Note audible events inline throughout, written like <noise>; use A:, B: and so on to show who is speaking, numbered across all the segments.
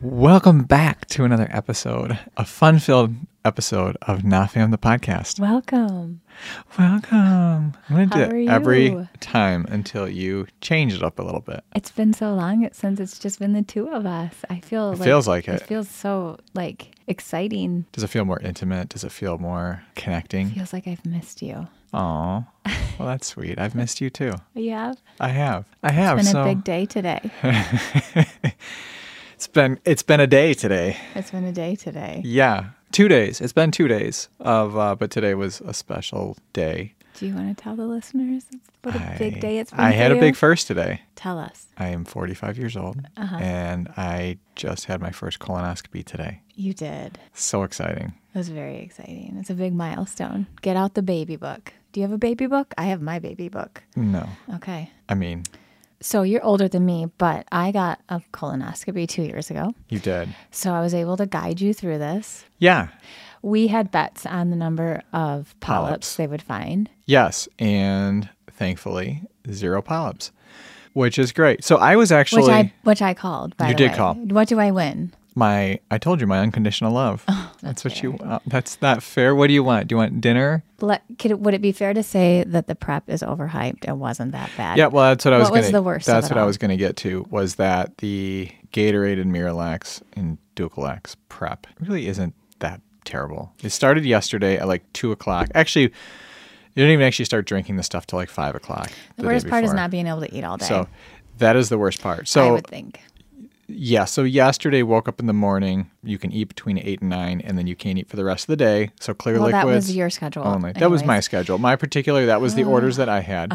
A: Welcome back to another episode, a fun filled episode of Nafam the podcast.
B: Welcome.
A: Welcome. I'm going to
B: How
A: do
B: are
A: it every
B: you?
A: time until you change it up a little bit.
B: It's been so long it- since it's just been the two of us. I feel
A: It
B: like
A: feels like it.
B: It feels so like exciting.
A: Does it feel more intimate? Does it feel more connecting?
B: Feels like I've missed you.
A: Aw. Well, that's sweet. I've missed you too.
B: Yeah.
A: I have. I have.
B: It's been
A: so
B: a big day today. <laughs>
A: it's been it's been a day today.
B: It's been a day today.
A: Yeah. Two days. It's been two days of uh, but today was a special day.
B: Do you want to tell the listeners what a
A: I-
B: big day it's been?
A: I
B: for
A: had a
B: you?
A: big first today.
B: Tell us.
A: I am 45 years old
B: Uh-huh.
A: and I just had my first colonoscopy today.
B: You did.
A: So exciting.
B: It was very exciting. It's a big milestone. Get out the baby book. Do you have a baby book? I have my baby book.
A: No,
B: Okay.
A: I mean,
B: So you're older than me, but I got a colonoscopy two years ago.
A: you did.
B: So I was able to guide you through this.
A: Yeah.
B: We had bets on the number of polyps,
A: Polyps.
B: they would find.
A: Yes. And thankfully, zero polyps, which is great. So I was actually
B: Which I which I called. By
A: You
B: the
A: did
B: way.
A: call.
B: What do I win?
A: my, I told you my unconditional love.
B: Oh,
A: that's what you, uh, that's not fair. What do you want? Do you want dinner?
B: Let, could, would it be fair to say that the prep is overhyped? It wasn't that bad.
A: Yeah, well, that's what I was.
B: What was
A: gonna,
B: the worst of
A: That's
B: it
A: what I
B: all?
A: was going to get to was that the Gatorade and Miralax and Ducalax prep really isn't that terrible. It started yesterday at like two o'clock. Actually, you didn't even actually start drinking the stuff till like five o'clock.
B: the
A: day
B: worst part is
A: before.
B: not being able to eat all day.
A: So that is the worst part. So
B: I would think.
A: yeah, so yesterday woke up in the morning. You can eat between eight and nine, and then you can't eat for the rest of the day. So clear
B: Well,
A: liquids
B: that was your schedule.
A: only. That was my
B: anyways. Ah. Uh-huh.
A: schedule. My particular, that was the orders that I had.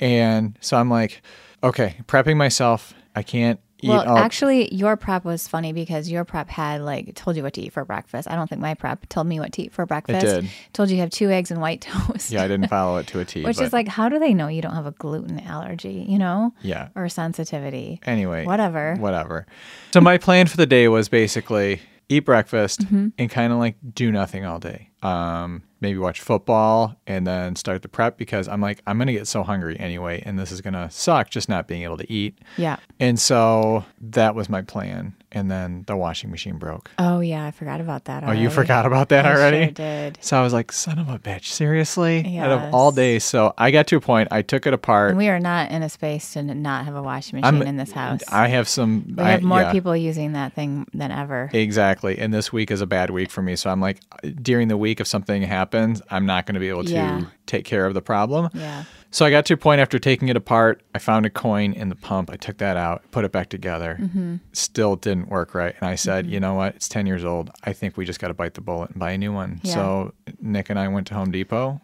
A: And so I'm like, okay, prepping myself. I can't eat
B: Well,
A: all.
B: actually, your prep was funny because your prep had like told you what to eat for breakfast. I don't think my prep told me what to eat for breakfast.
A: did.
B: Told you to have two eggs and white <laughs> toast.
A: yeah, I didn't follow it to a T.
B: <laughs> Which
A: but
B: is like, how do they know you don't have a gluten allergy, you know?
A: Yeah. Eh.
B: Or sensitivity.
A: anyway,
B: Whatever.
A: Whatever. So my plan for the day was basically eat breakfast
B: Mm-hmm.
A: and kind of like do nothing all day. Um, maybe watch football and then start the prep because I'm like, I'm gonna get so hungry anyway, and this is gonna suck just not being able to eat.
B: Yeah.
A: And so that was my plan. And then the washing machine broke.
B: Oh, yeah. I forgot about that.
A: Oh, you forgot about that already?
B: I sure did.
A: So I was like, son of a bitch, seriously? Out of
B: Yes.
A: all days. So I got to a point, I took it apart.
B: And we are not in a space to n- not have a washing machine in this house.
A: I have some.
B: we
A: I,
B: have more
A: yeah,
B: people using that thing than ever.
A: Exactly. And this week is a bad week for me. So I'm like, during the week, if something happens, I'm not going to be able to
B: Yeah.
A: take care of the problem.
B: yeah. <laughs>
A: So I got to a point after taking it apart, I found a coin in the pump. I took that out, put it back together.
B: Mm-hmm.
A: Still didn't work right. And I said, you know what? It's 10 years old. I think we just got to bite the bullet and buy a new one.
B: Yeah. Mm-hmm.
A: So Nick and I went to Home Depot,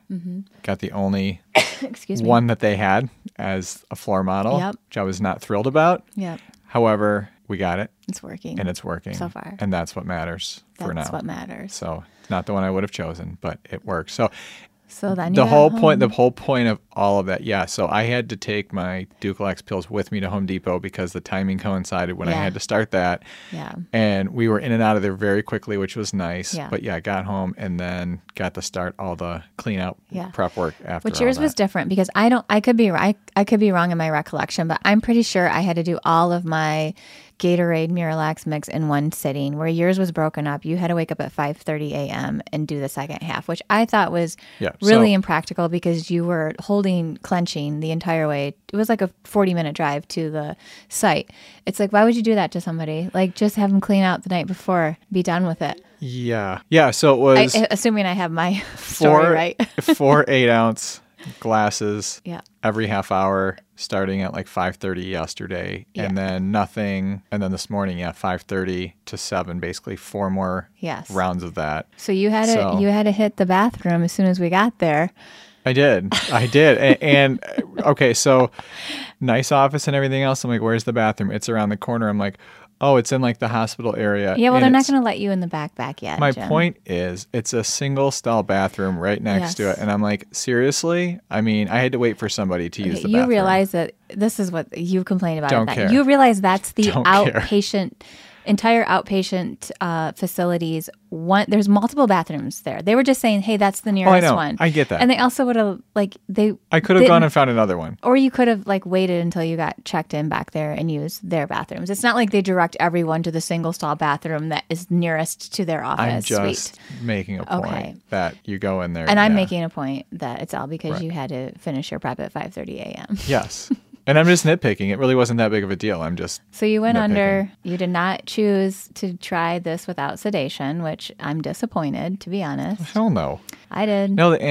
A: got the only
B: Excuse me.
A: one that they had as a floor model,
B: Yep.
A: which I was not thrilled about.
B: Yep.
A: However, we got it
B: It's working.
A: and it's working.
B: So far.
A: And that's what matters
B: That's
A: for now.
B: what matters.
A: So it's not the one I would have chosen, but it works. So
B: So then you
A: the
B: got
A: whole
B: home.
A: point the whole point of all of that yeah so i had to take my ducalax pills with me to home depot because the timing coincided when i
B: Yeah.
A: had to start that
B: Yeah.
A: and we were in and out of there very quickly which was nice
B: Yeah.
A: but yeah i got home and then got to start all the clean out
B: Yeah.
A: prep work after
B: Which yours
A: all
B: was
A: that.
B: different because I don't. I could be. I, I could be wrong in my recollection, but I'm pretty sure I had to do all of my Gatorade Miralax mix in one sitting. Where yours was broken up, you had to wake up at 5:30 a.m. and do the second half, which I thought was
A: Yeah,
B: really
A: so-
B: impractical because you were holding clenching the entire way. It was like a 40 minute drive to the site. It's like why would you do that to somebody? Like just have them clean out the night before, be done with it.
A: yeah yeah so it
B: <laughs>
A: was
B: I, assuming I have my <laughs> story
A: four
B: right. <laughs>
A: four eight ounce glasses
B: Yeah.
A: every half hour starting at like 5.30 yesterday and then nothing and then this morning yeah 5.30 to 7 basically four more
B: Yes.
A: rounds of that
B: So you had to
A: So-
B: you had to hit the bathroom as soon as we got there.
A: i did i did A- <laughs> and, and okay so nice office and everything else i'm like where's the bathroom it's around the corner i'm like oh it's in like the hospital area
B: Yeah, well,
A: And
B: they're not
A: it's-
B: going to let you in the back back yet.
A: my
B: Jim.
A: point is it's a single stall bathroom right next to it
B: Yes.
A: and i'm like seriously i mean i had to wait for somebody to use the
B: You
A: bathroom
B: realize that this is what you complained about.
A: Don't
B: that.
A: care.
B: You realize that's the
A: Don't care.
B: outpatient entire outpatient uh, facilities. One, there's multiple bathrooms there. They were just saying, "Hey, that's the nearest
A: Oh, I know.
B: one."
A: I get that.
B: And they also would have like they.
A: I could have
B: didn't-
A: gone and found another one.
B: or you could have like waited until you got checked in back there and used their bathrooms. It's not like they direct everyone to the single stall bathroom that is nearest to their office
A: I'm just
B: suite.
A: making a point
B: Okay.
A: that you go in there.
B: And I'm
A: yeah.
B: making a point that it's all because you had to finish your prep at 5:30 a.m.
A: <laughs> Yes. and I'm just nitpicking. It really wasn't that big of a deal. I'm just
B: <laughs> So you went
A: Nitpicking.
B: under. You did not choose to try this without sedation, which I'm disappointed to be honest.
A: hell no.
B: I did.
A: No, the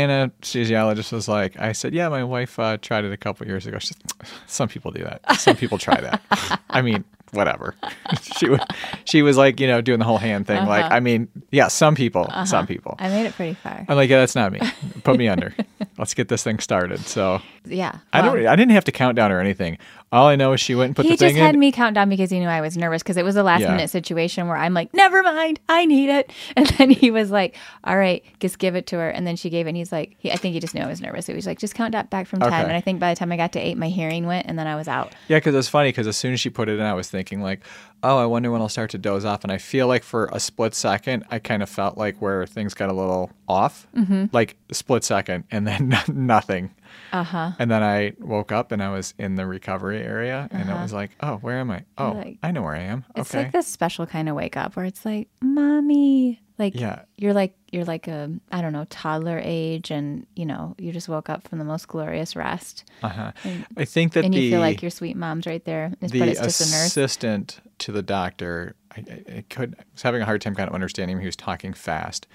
A: anesthesiologist was like, I said, yeah, my wife uh, tried it a couple years ago. She said, some people do that. Some people try that. <laughs> I mean, whatever. <laughs> she was, she was like, you know, doing the whole hand thing. Like, I mean, yeah, some people, some people.
B: Uh-huh. I made it pretty far.
A: I'm like, yeah, that's not me. Put me under. Let's get this thing started. So
B: yeah.
A: I
B: well,
A: don't. I didn't have to count down or anything. All I know is she went and put
B: he
A: the thing
B: just had
A: in.
B: me count down because he knew I was nervous because it was a last
A: Yeah.
B: minute situation where I'm like, never mind, I need it. <laughs> And then he was like, all right, just give it to her. And then she gave it. And he's like, he, I think he just knew I was nervous. So he was like, just count that back from 10.
A: Okay.
B: And I think by the time I got to eight, my hearing went and then I was out.
A: Yeah, because it was funny. Because as soon as she put it in, I was thinking like, "Oh, I wonder when I'll start to doze off." And I feel like for a split second, I kind of felt like where things got a little off,
B: Mm-hmm.
A: like split second, and then <laughs> nothing.
B: Uh huh.
A: And then I woke up and I was in the recovery area, and it was like, "Oh, where am I? Oh,
B: Uh-huh. like-
A: I know where I am."
B: It's
A: okay.
B: like this special kind of wake up where it's like, mommy. Like
A: Yeah.
B: you're like you're like a I don't know toddler age and you know you just woke up from the most glorious rest
A: uh-huh. I think that
B: and
A: the
B: you feel like your sweet mom's right there It's-
A: the
B: but it's just a nurse
A: assistant to the doctor, I, I, I could I was having a hard time kind of understanding him. He was talking fast,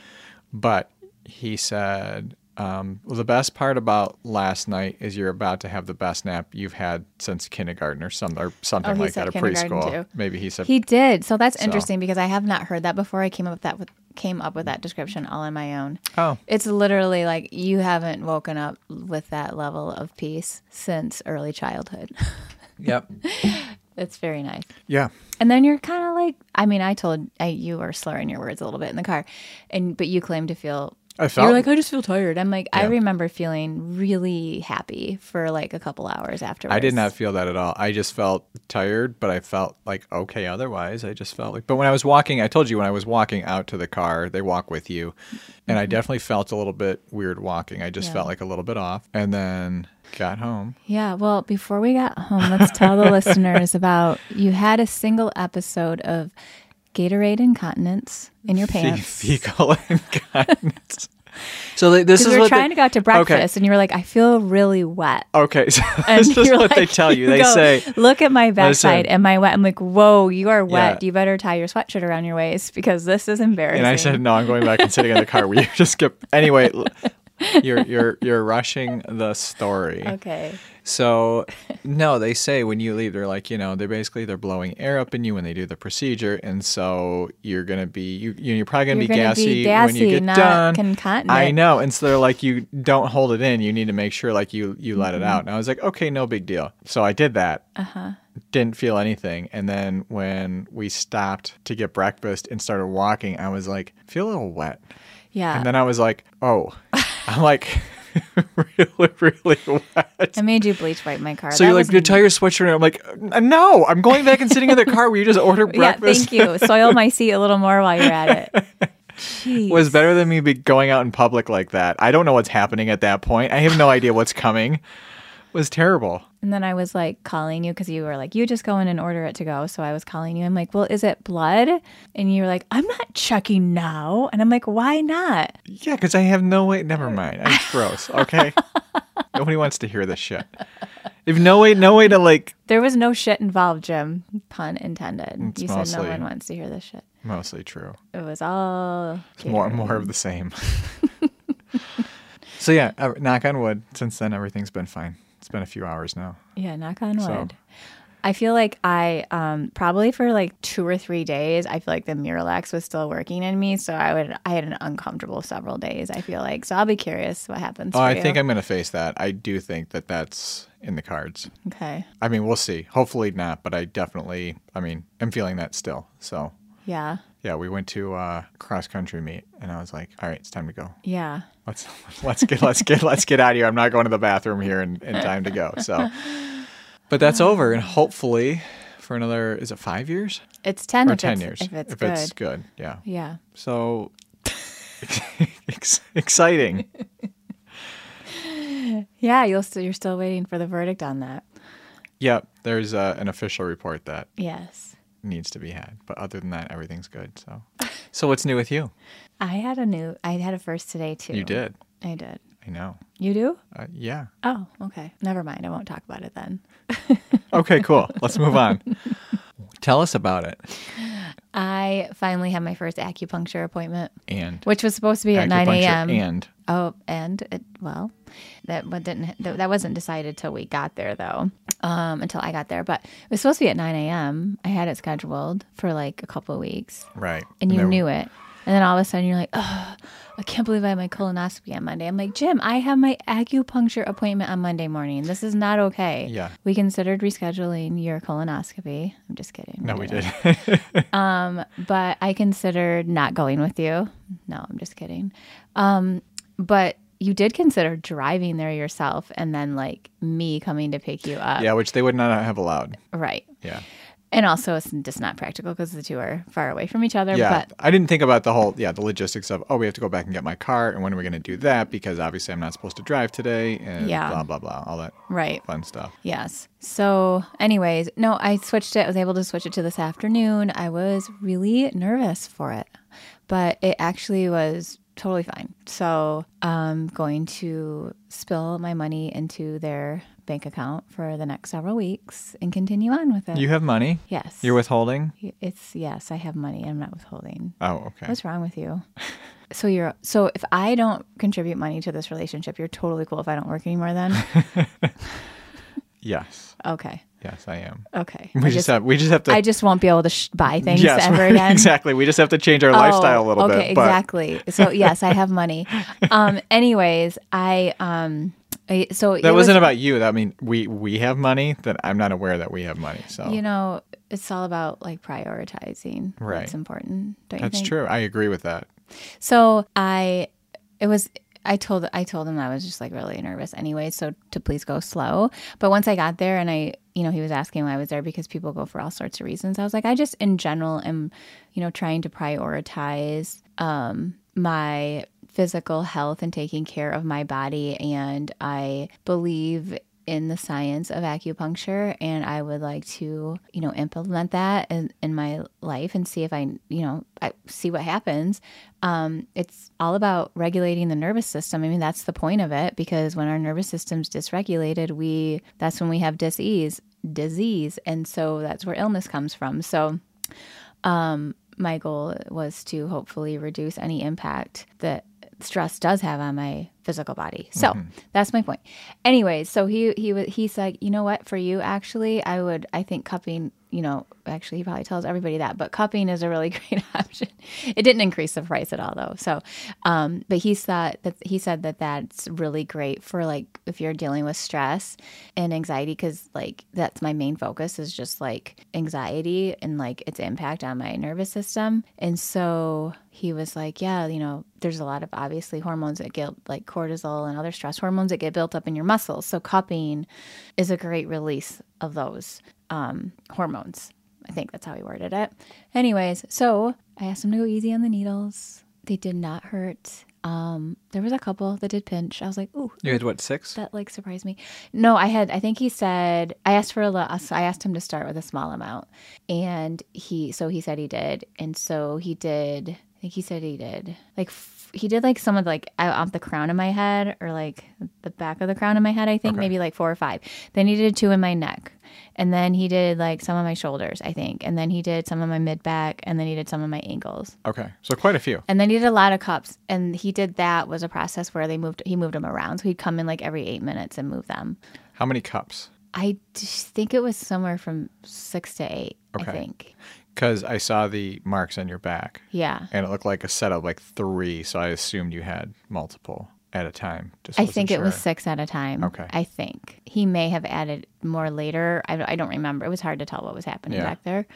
A: but he said, um, "Well, the best part about last night is you're about to have the best nap you've had since kindergarten or some or something
B: Oh, he
A: like that,
B: said
A: or
B: kindergarten,
A: preschool.
B: too.
A: Maybe he said
B: He did. So that's interesting because I have not heard that before. I came up with that with came up with that description all on my own.
A: Oh.
B: It's literally like you haven't woken up with that level of peace since early childhood. <laughs>
A: Yep.
B: it's very nice.
A: Yeah.
B: And then you're kind of like I mean, I told I, you were slurring your words a little bit in the car. And but you claim to feel
A: I felt-
B: You're like I just feel tired. I'm like I
A: Yeah.
B: remember feeling really happy for like a couple hours afterwards.
A: I did not feel that at all. I just felt tired, but I felt like okay otherwise. I just felt like but when I was walking, I told you when I was walking out to the car, they walk with you. And I definitely felt a little bit weird walking. I just felt like a little bit off. And then got home. <laughs>
B: Yeah, well, before we got home, let's tell the listeners about you had a single episode of Gatorade incontinence
A: <laughs>
B: in your
A: Fe-
B: pants.
A: fecal <laughs> incontinence. so like, this is
B: Because we were
A: what
B: trying
A: they,
B: to go out to breakfast, and you were like, "I feel really wet."
A: Okay, <laughs> so
B: And
A: this is
B: you're
A: what they
B: like-
A: tell
B: <laughs>
A: you.
B: you
A: They
B: go,
A: say
B: "Look at my backside.
A: Listen.
B: Am I wet?" I'm like, "Whoa, you are wet.
A: Yeah.
B: You better tie your sweatshirt around your waist because this is embarrassing."
A: And I said, "No, I'm going back and sitting in the car. We <laughs> just skip anyway. l- You're you're you're rushing the story.
B: <laughs> "Okay,
A: So no, they say when you leave, they're like, you know, they're basically they're blowing air up in you when they do the procedure, and so you're gonna be you you- you're probably gonna,
B: You're
A: be,
B: gonna
A: gassy
B: be
A: when you
B: gassy,
A: get
B: not
A: done.
B: concontinent.
A: I know, and so they're like, you don't hold it in. You need to make sure like you you let
B: Mm-hmm.
A: it out. And I was like, okay, no big deal. So I did that. Uh huh.
B: Uh-huh.
A: Didn't feel anything, and then when we stopped to get breakfast and started walking, I was like, feel a little wet.
B: yeah."
A: And then I was like,
B: <laughs>
A: oh, I'm like <laughs> really, really wet.
B: I made you bleach wipe my car.
A: So
B: That
A: you're like,
B: was
A: you tie your sweatshirt. And I'm like, "N- no, I'm going back and sitting
B: <laughs>
A: in the car where you just order
B: yeah,
A: breakfast.
B: thank you. Soil my seat a little more while you're at
A: <laughs>
B: it. Jeez.
A: Was better than me be going out in public like that. I don't know what's happening at that point. I have no idea what's coming. It was terrible.
B: And then I was like calling you because you were like, you just go in and order it to go. So I was calling you. I'm like, well, is it blood? And you were like, I'm not checking now. And I'm like, why not?
A: Yeah, because I have no way. Never mind. It's
B: <laughs>
A: gross. Okay. Nobody wants to hear this shit. If no way, no way to like
B: There was no shit involved, Jim. Pun intended. you said no
A: mostly-
B: one wants to hear this shit.
A: mostly true.
B: It was all
A: It's more more of the
B: <laughs>
A: same. so yeah, uh, knock on wood. Since then, everything's been fine. It's been a few hours now.
B: Yeah, knock on wood.
A: So-
B: I feel like I um, probably for like two or three days. I feel like the Miralax was still working in me, so I would I had an uncomfortable several days. I feel like so I'll be curious what happens.
A: Oh,
B: for
A: I
B: you.
A: think I'm going to face that. I do think that that's in the cards.
B: okay.
A: I mean, we'll see. Hopefully not, but I definitely, I mean, I'm feeling that still. So,
B: Yeah,
A: yeah, we went to uh, cross country meet, and I was like, all right, it's time to go.
B: yeah.
A: Let's <laughs> let's get let's get let's get out of here. I'm not
B: <laughs>
A: going to the bathroom here in, in time to go. So, but that's over, and hopefully, for another, is it five years?
B: It's 10
A: Or
B: if
A: 10
B: it's,
A: years?
B: If it's
A: good.
B: good.
A: Yeah.
B: yeah.
A: So <laughs> ex-
B: <laughs>
A: exciting.
B: Yeah, you'll still you're still waiting for the verdict on that.
A: Yep. There's uh, an official report that
B: Yes.
A: needs to be had. But other than that, everything's good.
B: <laughs>
A: So, so what's new with you?
B: I had a new I had a first today too.
A: You did.
B: I did.
A: I know.
B: You do?
A: Uh, yeah.
B: Oh, okay. Never mind. I won't talk about it then.
A: Okay,
B: <laughs>
A: cool. Let's move on. Tell us about it.
B: I finally had my first acupuncture appointment,
A: And
B: which was supposed to be at 9
A: acupuncture
B: a.m.
A: And
B: Oh, and it, well, that wa- didn't that that wasn't decided till we got there though, um, until I got there. But it was supposed to be at 9 a.m. I had it scheduled for like a couple of weeks,
A: right.
B: and you
A: there-
B: knew it. And then all of a sudden you're like, oh, I can't believe I have my colonoscopy on Monday. I'm like, Jim, I have my acupuncture appointment on Monday morning. This is not okay.
A: Yeah.
B: We considered rescheduling your colonoscy. I'm just kidding.
A: No, we did.
B: but I considered not going with you. No, I'm just kidding. Um, but you did consider driving there yourself and then like me coming to pick you
A: <laughs>
B: up.
A: yeah, which they would not have allowed.
B: Right.
A: Yeah.
B: And also, it's just not practical because the two are far away from each other.
A: Yeah.
B: But
A: I didn't think about the whole, yeah, the logistics of, oh, we have to go back and get my car. And when are we going to do that? Because obviously I'm not supposed to drive today and
B: Yeah.
A: blah, blah, blah. All that
B: right.
A: fun stuff.
B: Yes. So, anyways, no, I switched it. I was able to switch it to this afternoon. I was really nervous for it, but it actually was totally fine. So, I'm going to spill my money into their bank account for the next several weeks and continue on with it.
A: You have money?
B: yes.
A: You're withholding?
B: it's yes, I have money. I'm not withholding.
A: Oh, okay.
B: What's wrong with you? <laughs> So you're so if I don't contribute money to this relationship, you're totally cool if I don't work anymore then.
A: <laughs> Yes.
B: Okay.
A: Yes, I am.
B: Okay.
A: We
B: I
A: just, have, we just have to.
B: I just won't be able to sh- buy things
A: yes,
B: ever
A: <laughs>
B: again.
A: exactly. We just have to change our
B: Oh,
A: lifestyle a little
B: okay,
A: bit. but-
B: exactly.
A: <laughs>
B: So yes, I have money. Um, anyways, I um, I, so
A: That wasn't about you. That I mean, we we have money that I'm not aware that we have money. So
B: you know, it's all about like prioritizing.
A: Right.
B: what's important. Don't you
A: that's
B: think?
A: true. I agree with that.
B: So I, it was. I told I told him I was just like really nervous anyway, so to please go slow. But once I got there and I, you know, he was asking why I was there because people go for all sorts of reasons. I was like, I just in general am, you know, trying to prioritize um my physical health and taking care of my body and I believe in the science of acupuncture and I would like to, you know, implement that in, in my life and see if I, you know, I see what happens. Um, it's all about regulating the nervous system. I mean, that's the point of it because when our nervous system's dysregulated, we that's when we have disease, disease, and so that's where illness comes from. So my goal was to hopefully reduce any impact that stress does have on my physical body. So that's my point. Anyways, so he he wa- he's like, you know what? For you, actually, I would I think cupping. You know, actually, he probably tells everybody that, but cupping is a really <laughs> great option. It didn't increase the price at all, though. So, um, but he thought that he said that that's really great for like if you're dealing with stress and anxiety, because like that's my main focus is just like anxiety and like its impact on my nervous system. And so he was like, yeah, you know, there's a lot of obviously hormones that get like cortisol and other stress hormones that get built up in your muscles. So cupping is a great release of those um, hormones. I think that's how he worded it. Anyways, so I asked him to go easy on the needles. They did not hurt. Um, there was a couple that did pinch. I was like, ooh,
A: You had what six?
B: that like surprised me. No, I had. I think he said I asked for a. lo- I asked him to start with a small amount, and he. So he said he did, and so he did. I think he said he did. Like f- he did like some of like out off the crown of my head or like the back of the crown of my head. I think maybe like four or five. Then he did two in my neck, and then he did like some of my shoulders. I think, and then he did some of my mid back, and then he did some of my ankles.
A: Okay, so quite a few.
B: And then he did a lot of cups, and he did that was a process where they moved. He moved them around, so he'd come in like every eight minutes and move them.
A: How many cups?
B: I just think it was somewhere from six to eight. I
A: Okay.
B: think.
A: Because I saw the marks on your back,
B: Yeah.
A: and it looked like a set of like three. So I assumed you had multiple at a time. Just
B: I
A: wasn't
B: think it was
A: sure.
B: six at a time.
A: Okay.
B: I think he may have added more later. I, I don't remember. It was hard to tell what was happening
A: Yeah.
B: back there.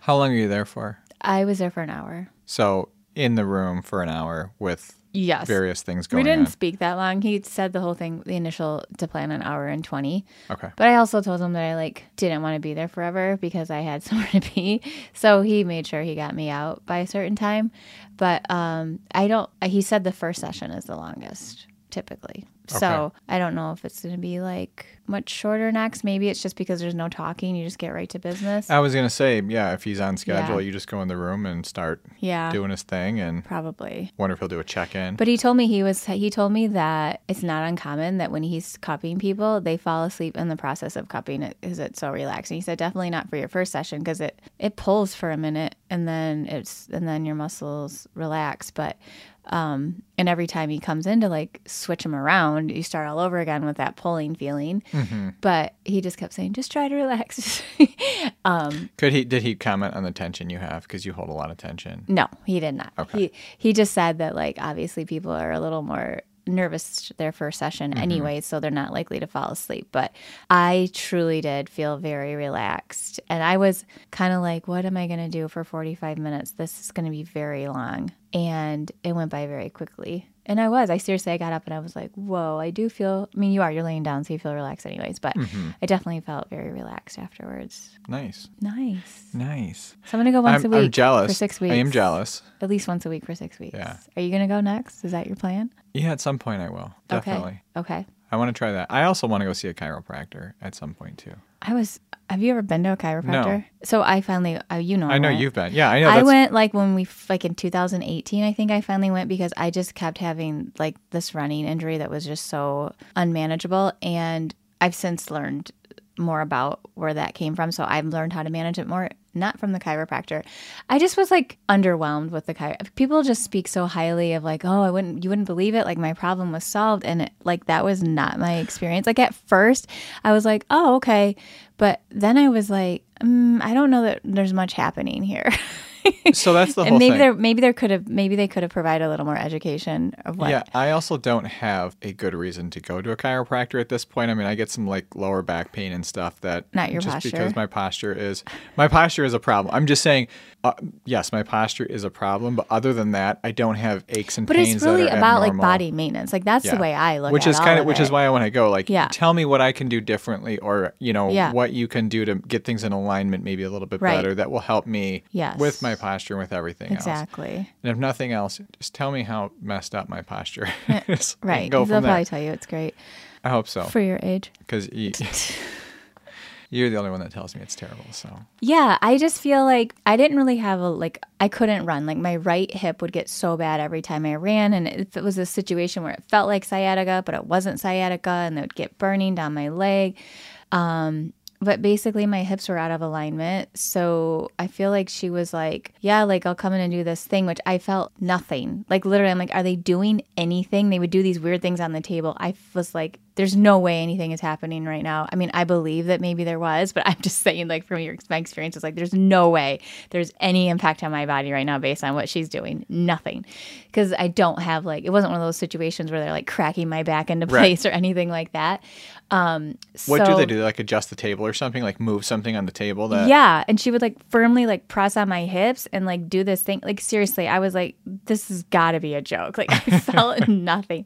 A: How long were you there for?
B: I was there for an hour.
A: So in the room for an hour with
B: Yes.
A: various things
B: we
A: going
B: didn't speak that long. He said the whole thing, the initial to plan an hour and 20.
A: on. Okay.
B: But I also told him that I like didn't want to be there forever because I had <laughs> somewhere to be. So he made sure he got me out by a certain time. But um I don't he said the first session is the longest typically. So I don't know if it's going to be like much shorter next. Maybe it's just because there's no talking, you just get right to business.
A: I was gonna say, yeah, if he's on schedule,
B: Yeah.
A: you just go in the room and start
B: yeah.
A: doing his thing, and
B: Probably.
A: wonder if he'll do a check-in.
B: But he told me he was he told me that it's not uncommon that when he's cupping people, they fall asleep in the process of cupping it because it's so relaxing. He said definitely not for your first session because it it pulls for a minute and then it's and then your muscles relax, but um, and every time he comes in to like switch him around, you start all over again with that pulling feeling. But he just kept saying, "Just try to relax." <laughs> um,
A: Could he? Did he comment on the tension you have? Because you hold a lot of tension.
B: no, he did not.
A: Okay.
B: He he just said that like obviously people are a little more nervous their first session
A: Mm-hmm.
B: anyway, so they're not likely to fall asleep. But I truly did feel very relaxed. And I was kind of like, what am I gonna do for forty five minutes? This is gonna be very long. And it went by very quickly. And I was. I seriously I got up and I was like, whoa, I do feel I mean you are, you're laying down so you feel relaxed anyways, but
A: Mm-hmm.
B: I definitely felt very relaxed afterwards.
A: Nice,
B: Nice.
A: nice.
B: So I'm gonna go once
A: I'm,
B: a week
A: I'm jealous.
B: for six weeks.
A: I am jealous.
B: At least once a week for six weeks.
A: Yeah.
B: Are you gonna go next? Is that your plan?
A: Yeah, at some point I will definitely.
B: Okay. Okay.
A: I want to try that. I also want to go see a chiropractor at some point too.
B: I was. Have you ever been to a chiropractor? So I finally, uh, you know,
A: I know
B: went.
A: you've been. Yeah, I know.
B: I
A: That's,
B: went like when we f- like in 2018. I think I finally went because I just kept having like this running injury that was just so unmanageable, and I've since learned more about where that came from. So I've learned how to manage it more, not from the chiropractor. I just was like underwhelmed with the chiropractor. People just speak so highly of like, oh, I wouldn't, you wouldn't believe it. Like my problem was solved, and it, like that was not my experience. Like at first, I was like, oh, okay, but then I was like. Mm, I don't know that there's much happening here. <laughs>
A: so that's the
B: and
A: whole
B: maybe
A: thing.
B: there maybe there could have maybe they could have provided a little more education of what
A: Yeah, I also don't have a good reason to go to a chiropractor at this point. I mean, I get some like lower back pain and stuff that
B: Not your
A: just
B: posture.
A: because my posture is my posture is a problem. I'm just saying, uh, yes, my posture is a problem, but other than that, I don't have aches and
B: but
A: pains.
B: it's really
A: that are
B: about like
A: abnormal.
B: body maintenance like that's the
A: Yeah.
B: way i look
A: which
B: at
A: is
B: kind
A: which is why I want to go. Like,
B: Yeah.
A: tell me what I can do differently, or you know,
B: Yeah.
A: what you can do to get things in alignment, maybe a little bit
B: Right.
A: better. That will help me
B: Yes.
A: with my posture and with everything else.
B: exactly
A: And if nothing else, just tell me how messed up my posture is. and
B: <laughs> right
A: Go
B: they'll
A: from there.
B: probably tell you it's great
A: I hope so.
B: for your age
A: Because
B: <laughs>
A: you, <laughs> you're the only one that tells me it's terrible. So
B: Yeah, I just feel like I didn't really have a like I couldn't run. Like my right hip would get so bad every time I ran and if it was a situation where it felt like sciatica but it wasn't sciatica and it would get burning down my leg. Um but basically my hips were out of alignment. So I feel like she was like, yeah, like I'll come in and do this thing which I felt nothing. Like literally I'm like are they doing anything? They would do these weird things on the table. I was like there's no way anything is happening right now. I mean, I believe that maybe there was, but <laughs> I'm just saying, like, from your, my experience, it's like there's no way there's any impact on my body right now based on what she's doing. Nothing. Because I don't have, like, it wasn't one of those situations where they're like cracking my back into
A: Right.
B: place or anything like that. Um,
A: what do
B: so-
A: they do? They, like adjust the table or something? Like move something on the table? That
B: yeah. And she would like firmly like press on my hips and like do this thing. Like seriously, I was like, this has got to be a joke. Like I <laughs> felt nothing.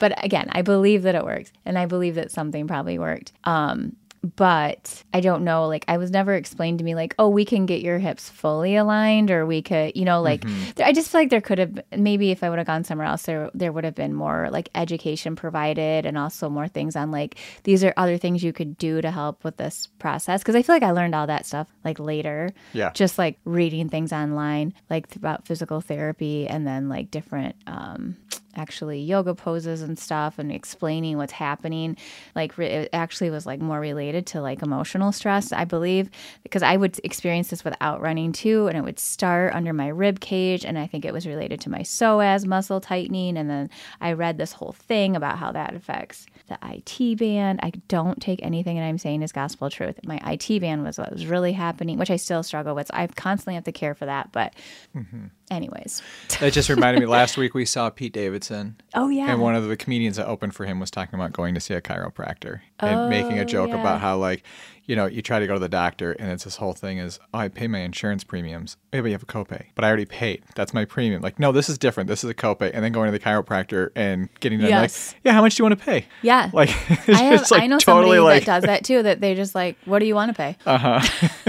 B: But again, I believe that it works. And I believe that something probably worked. Um, but I don't know. Like I was never explained to me like, oh, we can get your hips fully aligned or we could, you know, like there- I just feel like there could have maybe if I would have gone somewhere else there there would have been more like education provided and also more things on like these are other things you could do to help with this process because I feel like I learned all that stuff like later.
A: Yeah.
B: Just like reading things online like about physical therapy and then like different um actually yoga poses and stuff and explaining what's happening like re- it actually was like more related to like emotional stress i believe because i would experience this without running too and it would start under my rib cage and i think it was related to my psoas muscle tightening and then i read this whole thing about how that affects the it band i don't take anything that i'm saying is gospel truth my
A: Mm-hmm.
B: it band was what was really happening which i still struggle with so i constantly have to care for that but Anyways.
A: That just reminded me.
B: <laughs>
A: Last week we saw Pete Davidson,
B: Oh yeah.
A: and one of the comedians that opened for him was talking about going to see a chiropractor and making
B: Oh,
A: a joke
B: yeah.
A: about how, like, you know, you try to go to the doctor, and it's this whole thing is, oh, I pay my insurance premiums. Yeah, but you have a copay. But I already paid. That's my premium. Like, no, this is different. This is a copay. And then going to the chiropractor and getting done,
B: Yes.
A: like, yeah, how much do you want to pay? <laughs>
B: yeah.
A: Like, it's
B: I have
A: just like
B: I know
A: totally
B: somebody
A: like, Uh,
B: that does that too, that they just like, what do you want to pay?
A: uh-huh.
B: <laughs>
A: <laughs>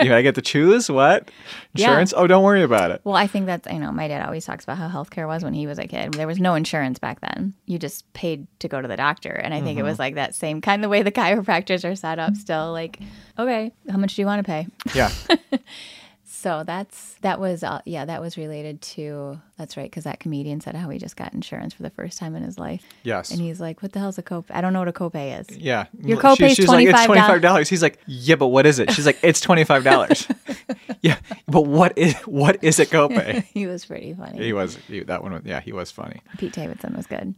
A: you gotta get to choose what
B: Yeah.
A: insurance. Oh, don't worry about it.
B: well, I think that's I know, my dad always talks about how healthcare was when he was a kid. There was no insurance back then. You just paid to go to the doctor. And I think it
A: Mm-hmm.
B: was like that same kind of way the chiropractors are set up still, like, okay, how much do you want to pay? <laughs>
A: Yeah.
B: So that's that was uh, yeah that was related to that's right because that comedian said how he just got insurance for the first time in his life
A: Yes.
B: and he's like what the hell's a copay I don't know what a copay is
A: Yeah.
B: Your
A: L-
B: copay's
A: she's like, it's
B: $25.
A: dollars. He's like, yeah, but what is it? She's like, it's twenty five dollars.
B: <laughs>
A: yeah, but what is what is a copay?
B: <laughs> he was pretty funny
A: he was he, that one. Was, yeah, he was funny.
B: Pete Davidson was good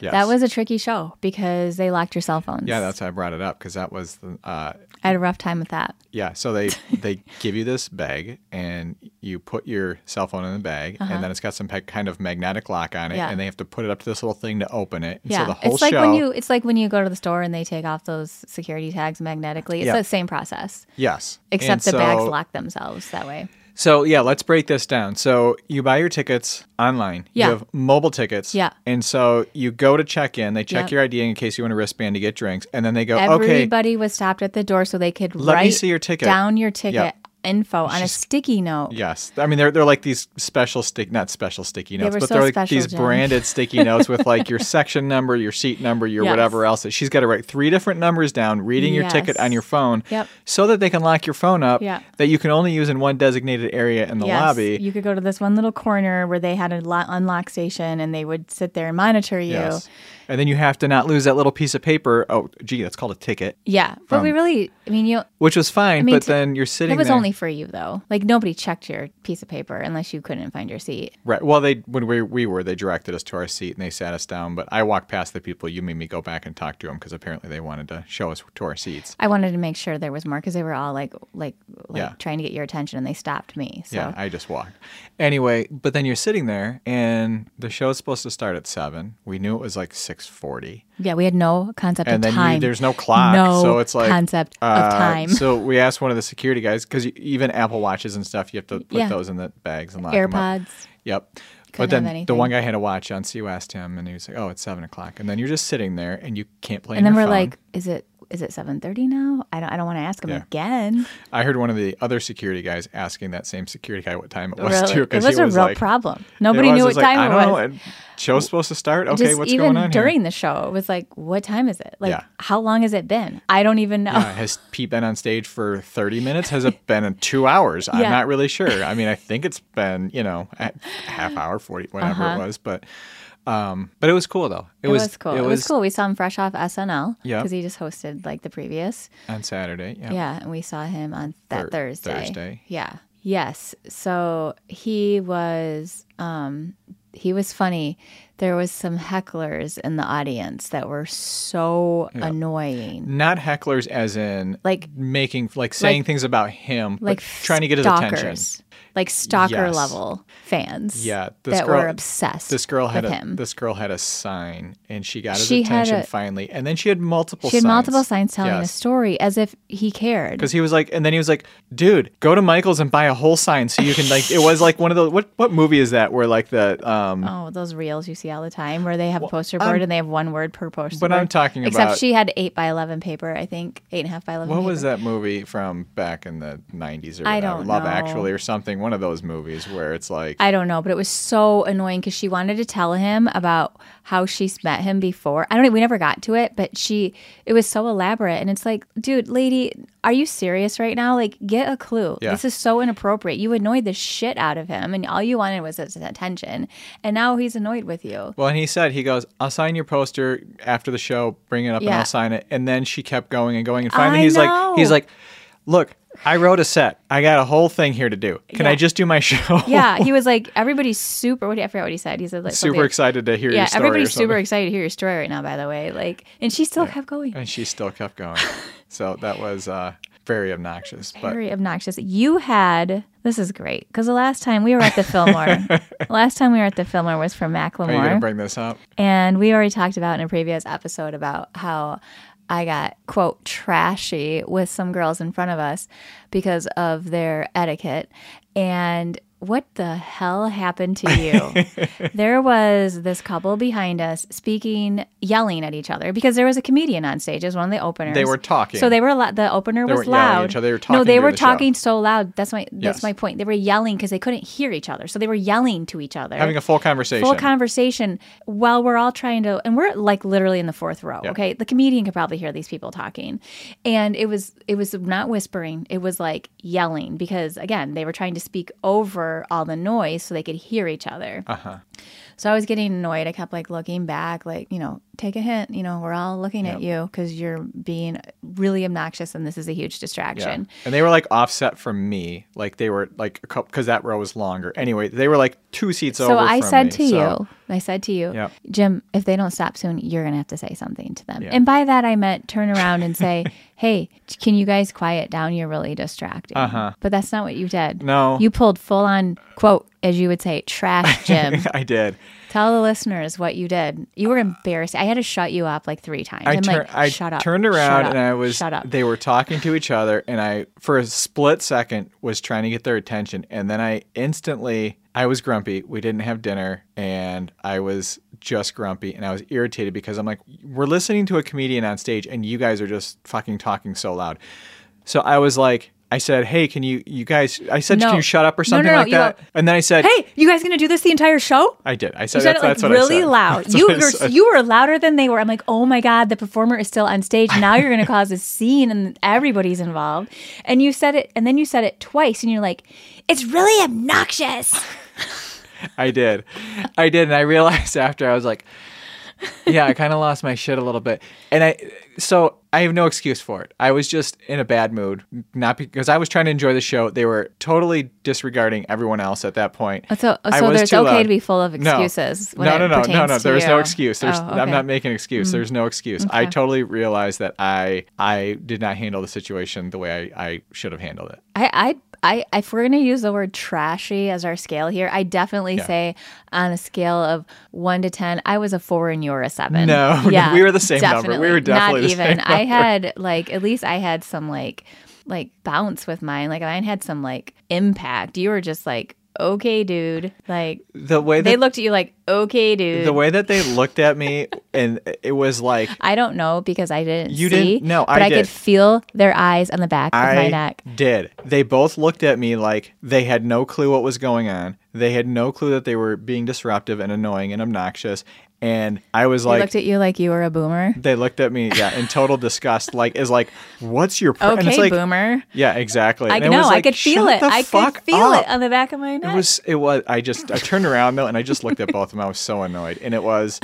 A: Yes.
B: that was a tricky show because they locked your cell phones
A: Yeah, that's why I brought it up because that was the uh,
B: I had a rough time with that
A: yeah. So they they give you this bag and you put your cell phone in the bag and then it's got some pe- kind of magnetic lock on it
B: Uh-huh. Yeah.
A: and they have to put it up to this little thing to open it. And
B: yeah
A: So the whole
B: it's like
A: show.
B: when you it's like when you go to the store and they take off those security tags magnetically it's
A: Yeah.
B: the same process
A: yes.
B: except
A: And
B: the bags
A: so-
B: lock themselves that way
A: So yeah, let's break this down. So you buy your tickets online.
B: Yeah.
A: You have mobile tickets.
B: Yeah.
A: And so you go to check in. They check
B: Yep.
A: your ID in case you want a wristband to get drinks, and then they go, okay,
B: Everybody was stopped at the door so they could
A: Let me
B: write
A: see your ticket.
B: down your ticket
A: Yeah.
B: info on a sticky note.
A: yes. I mean, they're they're like these special stick, not special sticky notes,
B: were
A: but
B: so
A: they're like
B: special,
A: these
B: Jen.
A: branded sticky notes with like
B: <laughs>
A: your section number, your seat number, your
B: Yes.
A: whatever else. She's got to write three different numbers down, reading your ticket on
B: Yes.
A: your phone,
B: Yep.
A: so that they can lock your phone up.
B: Yeah.
A: That you can only use in one designated area in the
B: Yes,
A: lobby.
B: You could go to this one little corner where they had a lo- unlock station and they would sit there and monitor you.
A: Yes. And then you have to not lose that little piece of paper. Oh, gee, that's called a ticket,
B: Yeah. But we really, I mean, you.
A: which was fine.
B: mean,
A: but
B: t-
A: then you're sitting
B: That was
A: there.
B: only for you though. Like nobody checked your piece of paper unless you couldn't find your seat.
A: right. Well, they when we, we were, they directed us to our seat and they sat us down. But I walked past the people. You made me go back and talk to them because apparently they wanted to show us to our seats.
B: I wanted to make sure there was more because they were all like, like, like
A: Yeah.
B: trying to get your attention, and they stopped me. So
A: Yeah, I just walked. Anyway, but then you're sitting there, and the show's supposed to start at seven. We knew it was like six forty.
B: yeah, we had no concept
A: and
B: of
A: then
B: time.
A: You, there's no clock,
B: No
A: so it's like
B: concept of
A: uh,
B: time.
A: So we asked one of the security guys because even Apple watches and stuff, you have to put
B: Yeah.
A: those in the bags and lock 'em up.
B: AirPods.
A: Yep.
B: Couldn't
A: but
B: have
A: then the
B: anything.
A: one guy had a watch on, so you asked him, and he was like, "Oh, it's seven o'clock." And then you're just sitting there, and you can't play.
B: And
A: on
B: then we're
A: your phone.
B: like, is it is it seven thirty now? I don't I don't want to ask him
A: Yeah.
B: again.
A: I heard one of the other security guys asking that same security guy what time <laughs> it was
B: Really.
A: too,
B: It
A: because
B: was
A: he
B: a
A: was
B: real
A: like,
B: problem.
A: it
B: Nobody
A: was,
B: knew
A: it
B: what
A: was like,
B: time
A: I
B: it
A: don't
B: was.
A: know, and show's supposed to start. Okay,
B: Just
A: what's
B: even
A: going on here?
B: during the show, it was like, what time is it? Like,
A: Yeah.
B: how long has it been? I don't even know. <laughs>
A: Uh, has Pete been on stage for 30 minutes? Has it been in two hours? I'm
B: Yeah.
A: not really sure. I mean, I think it's been, you know, a half hour, 40, whatever it was. But um, but it was cool, though. It,
B: Uh-huh. It was, cool. It, was, cool. We saw him fresh off SNL
A: Yeah.
B: because he just hosted like the previous.
A: on Saturday. Yeah.
B: Yeah, and we saw him on that
A: Oh. Thur-
B: Thursday.
A: Thursday.
B: Yeah. Yes. So he was um he was funny. There was some hecklers in the audience that were so annoying.
A: Not hecklers as in
B: Like-
A: making, like saying things about him,
B: Like
A: like trying to get his attention.
B: stalkers. Like stalker
A: Yes.
B: level fans.
A: Yeah, this
B: That
A: girl-
B: were obsessed
A: This girl had
B: with
A: a
B: him.
A: this girl had a sign, and she got his
B: She had
A: attention
B: a-
A: finally. And then she had multiple.
B: she had
A: signs.
B: multiple signs telling a
A: Yes.
B: story as if he cared.
A: Because he was like, and then he was like, dude, go to Michael's and buy a whole sign so you can like. It was like one of the what what movie is that where like the um
B: Oh, those reels you see all the time where they have a poster board and they have one word per poster
A: But
B: board.
A: I'm talking about-
B: Except she had eight by 11 paper, I think. Eight and a half by 11
A: what
B: paper.
A: was that movie from back in the 90s or
B: I
A: whatever,
B: don't
A: Love
B: know.
A: Actually or something? One of those movies where it's like,
B: I don't know, but it was so annoying because she wanted to tell him about how she's met him before. I don't. e, We never got to it, but she. It was so elaborate, and it's like, dude, lady, are you serious right now? Like, get a clue.
A: Yeah.
B: This is so inappropriate. You annoyed the shit out of him, and all you wanted was his attention, and now he's annoyed with you.
A: well, and he said he goes, I'll sign your poster after the show, bring it up, and
B: Yeah.
A: I'll sign it. And then she kept going and going, and finally
B: I
A: he's
B: know.
A: like, he's like, look, I wrote a set. I got a whole thing here to do. Can I
B: Yeah.
A: just do my <laughs> show?
B: Yeah, he was like, everybody's super. What do you- I forgot what he said. He said like
A: super
B: something-
A: excited to hear your
B: Yeah,
A: story. or
B: everybody's super
A: something.
B: excited to hear your story right now. By the way, like, and she still kept going.
A: and she still kept going. so that was uh, very obnoxious. But
B: very obnoxious. You had This is great because the last time we were at
A: <laughs>
B: the Fillmore, last time we were at the Fillmore was for
A: Are you going to
B: Macklemore,
A: bring this up?
B: and we already talked about in a previous episode about how I got quote trashy with some girls in front of us because of their etiquette. And what the hell happened to
A: <laughs>
B: you? there was this couple behind us speaking, yelling at each other because there was a comedian on stage as one of the openers.
A: They were talking.
B: So they were lo- the opener was
A: weren't yelling at
B: loud.
A: each other, they were
B: no,
A: talking
B: they
A: during
B: were
A: the show.
B: talking so loud. That's my that's
A: Yes.
B: my point. They were yelling because they couldn't hear each other, so they were yelling to each other.
A: having a full conversation.
B: full conversation while we're all trying to, and we're like literally in the fourth row. Okay, the comedian could probably hear these people talking, and it was it was not whispering. It was like yelling because again they were trying to speak over all the noise so they could hear each other.
A: Uh-huh.
B: So I was getting annoyed. I kept like looking back, like, you know, take a hint. You know, we're all looking at you because you're being really obnoxious and this is a huge
A: yeah.
B: distraction.
A: And they were like offset from me. Like they were like a couple, because that row was longer. Anyway, they were like two seats
B: So
A: over.
B: I
A: from
B: said
A: me,
B: to
A: so-
B: you, I said to you,
A: Yep.
B: Jim, if they don't stop soon, you're going to have to say something to them.
A: Yeah.
B: And by that, I meant turn around
A: <laughs>
B: and say, hey, can you guys quiet down? You're really distracting.
A: Uh-huh.
B: But that's not what you did.
A: No.
B: You pulled full on, quote, as you would say,
A: <laughs>
B: trash, Jim.
A: I did.
B: Tell the listeners what you did. You were embarrassed. I had to shut you up like three times.
A: I,
B: am
A: tur-
B: like,
A: I
B: shut up.
A: turned
B: shut
A: around
B: up,
A: and I was,
B: shut up.
A: they were talking to each other. And I, for a split second, was trying to get their attention. And then I instantly, I was grumpy. We didn't have dinner. And I was just grumpy. And I was irritated because I'm like, we're listening to a comedian on stage and you guys are just fucking talking so loud. So I was like, I said, hey, can you, you guys, I said,
B: No.
A: can you shut up or
B: No, no,
A: something
B: no,
A: like
B: you
A: that?
B: go,
A: and then I said,
B: Hey, you guys gonna do this the entire show?
A: I did. I said,
B: You said
A: that's,
B: it like
A: that's what I
B: really
A: said. <laughs>
B: loud.
A: That's
B: You
A: what I
B: were
A: said.
B: you were louder than they were. I'm like, oh my god, the performer is still on stage. Now you're gonna cause a scene and everybody's involved. And you said it, and then you said it twice, and you're like, it's really obnoxious.
A: I did. I did. And I realized <laughs> after I was like, yeah, I kind of lost my shit a little bit. And I, so I have no excuse for it. I was just in a bad mood, not because I was trying to enjoy the show. They were totally disregarding everyone else at that point.
B: So,
A: I
B: so
A: was
B: there's
A: too
B: okay
A: loud.
B: to be full of
A: No.
B: excuses. when
A: No,
B: it
A: no, no, no,
B: pertains
A: no.
B: to
A: There's no
B: you.
A: excuse. There's,
B: Oh,
A: I'm
B: okay.
A: not making an excuse. There's no excuse. I totally realized that I, I did not handle the situation the way I, I should have handled it.
B: I, I, I, if we're gonna use the word trashy as our scale here, I definitely say on a scale of one to ten, I was a four and you were a seven.
A: No, <laughs> no, we were the same number. We were definitely
B: not
A: the
B: even.
A: same
B: I had like at least I had some like like bounce with mine. Like mine had some like impact. You were just like, okay, dude. Like
A: The way
B: they
A: that,
B: looked at you like, okay, dude.
A: the way that they looked at me and it was like,
B: I don't know because I didn't
A: You
B: see.
A: didn't- no, I
B: but I,
A: did.
B: could feel their eyes on the back of my neck.
A: did. They both looked at me like they had no clue what was going on. They had no clue that they were being disruptive and annoying and obnoxious. And I was
B: They
A: like,
B: looked at you like you were a boomer.
A: they looked at me, yeah, in total disgust. Like, is like, what's your? Pr-? and
B: Okay,
A: it's like,
B: boomer.
A: Yeah, exactly.
B: I
A: And it
B: know.
A: was
B: I
A: like,
B: could feel
A: shut
B: it.
A: the
B: I could
A: fuck
B: feel
A: up.
B: it on the back of my
A: It
B: neck.
A: was. It was. I just. I turned around though, and I just looked at both of them. I was so annoyed, and it was.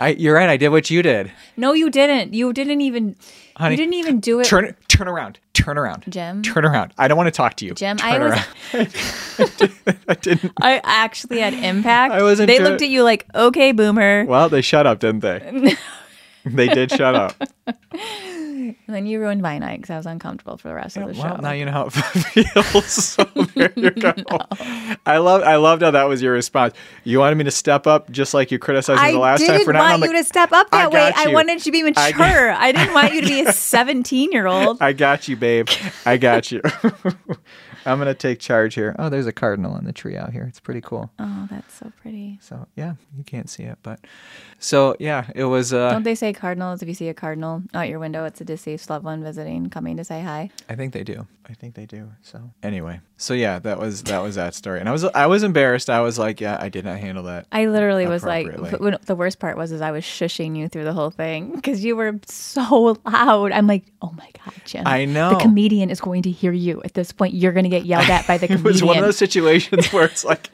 A: I, you're right. I did what you did.
B: no, you didn't. You didn't even.
A: Honey,
B: you didn't even do it,
A: Turn. Turn around. Turn around.
B: Jim?
A: Turn around. I don't want to talk to you.
B: Jim.
A: Turn
B: I was.
A: around.
B: <laughs>
A: I didn't.
B: I actually had impact.
A: I wasn't
B: They
A: sure-
B: looked at you like, okay, boomer.
A: Well, they shut up, didn't
B: <laughs>
A: they? they did shut up.
B: And then you ruined my night because I was uncomfortable for the rest of the
A: Well,
B: show.
A: now you know how it <laughs> feels. So there you go. I love, I loved how that was your response. You wanted me to step up, just like you criticized me
B: I
A: the last time
B: didn't
A: for not.
B: want
A: I'm like,
B: you to step up
A: I
B: that way.
A: got
B: I
A: you.
B: wanted you to be
A: I got-
B: mature. <laughs> I, didn't want you
A: <laughs>
B: to be a 17 year old.
A: I got you, babe. I got
B: <laughs>
A: you. <laughs> I'm gonna take charge here. Oh, there's a cardinal in the tree out here. It's pretty cool.
B: Oh, that's so pretty.
A: So yeah, you can't see it, but so yeah, it was. Uh,
B: Don't they say cardinals? If you see a cardinal out your window, it's a deceased loved one visiting, coming to say hi.
A: I think they do. I think they do. So anyway, so yeah, that was that was that story, and I was I was embarrassed. I was like, yeah, I did not handle that.
B: I literally was like,
A: Appropriately.
B: when- the worst part was is I was shushing you through the whole thing because you were so loud. I'm like, oh my god, Jim!
A: I know.
B: the comedian is going to hear you. At this point, you're going to get yelled at by the
A: <laughs> It was
B: comedian.
A: one of those situations where it's like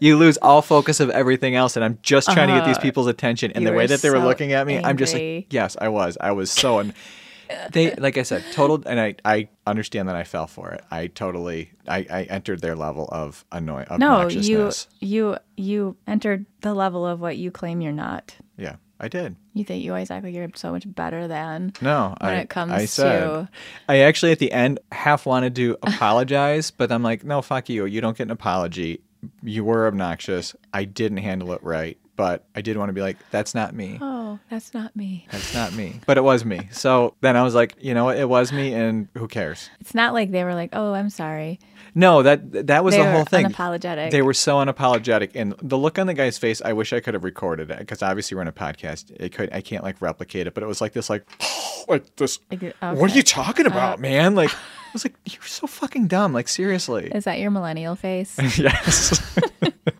A: you lose all focus of everything else, and I'm just trying to get these people's attention. And
B: Uh-huh. you
A: the
B: were
A: way that they were
B: so
A: looking at me, I'm just
B: angry.
A: like, yes, I was, I was so. And
B: <laughs>
A: they, like I said, total. And I, I understand that I fell for it. I totally, I, I entered their level of annoy,
B: no, you
A: obnoxiousness.
B: you you entered the level of what you claim you're not.
A: yeah, I did.
B: You think you always act like you're so much better than.
A: No,
B: When
A: I,
B: it comes
A: I said,
B: to-
A: I actually at the end half wanted
B: <laughs>
A: to apologize, but I'm like, no, fuck you. You don't get an apology. You were obnoxious. I didn't handle it right, but I did want to be like, that's not me.
B: Oh, that's not me.
A: That's not me. But it was me. So then I was like, you know what? It was me, and who cares?
B: It's not like they were like, "Oh, I'm sorry."
A: No, that that was
B: They
A: the whole
B: were
A: thing.
B: unapologetic.
A: They were so unapologetic, and the look on the guy's face. I wish I could have recorded it because obviously we're in a podcast. It could. I can't like replicate it, but it was like this, like, <gasps> like this.
B: Like,
A: What are
B: okay. Uh,
A: you talking about, man?
B: <laughs>
A: Like, I was like, you're so fucking dumb. Like, seriously.
B: Is that your
A: <laughs>
B: millennial face
A: yes.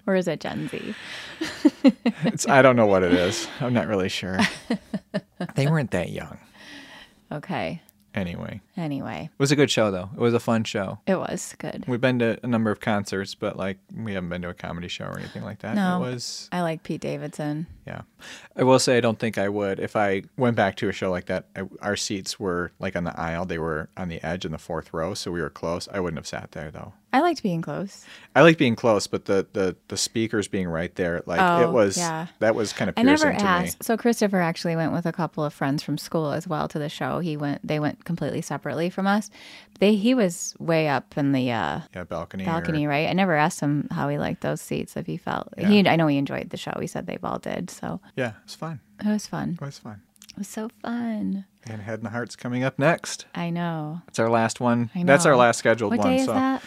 B: or is it Gen Z?
A: It's, I don't know what it is. I'm not really
B: <laughs>
A: sure. They weren't that young.
B: Okay.
A: Anyway,
B: Anyway,
A: it was a good show though. It was a fun show.
B: it was good.
A: We've been to a number of concerts, but like we haven't been to a comedy show or anything like that.
B: No.
A: It was
B: I like Pete Davidson.
A: yeah. I will say I don't think I would if I went back to a show like that. I, our seats were like on the aisle; they were on the edge in the fourth row, so we were close. I wouldn't have sat there though.
B: I liked being close.
A: I like being close, but the the the speakers being right there, like it
B: Oh,
A: was
B: yeah.
A: that was kind of
B: I never
A: piercing to
B: asked. So Christopher actually went with a couple of friends from school as well to the show. He went. They went completely separately from us. They he was way up in the uh,
A: me. Yeah, balcony. or-
B: balcony, right? I never asked him how he liked those seats. If he felt he, I know he enjoyed the show. He said they all did. So
A: yeah, it's fun.
B: it was fun.
A: It was fun.
B: It was so fun.
A: And Head and the Heart's coming up next.
B: I know.
A: It's our last one.
B: I
A: That's our
B: know.
A: last scheduled
B: What
A: one.
B: day is
A: so
B: that?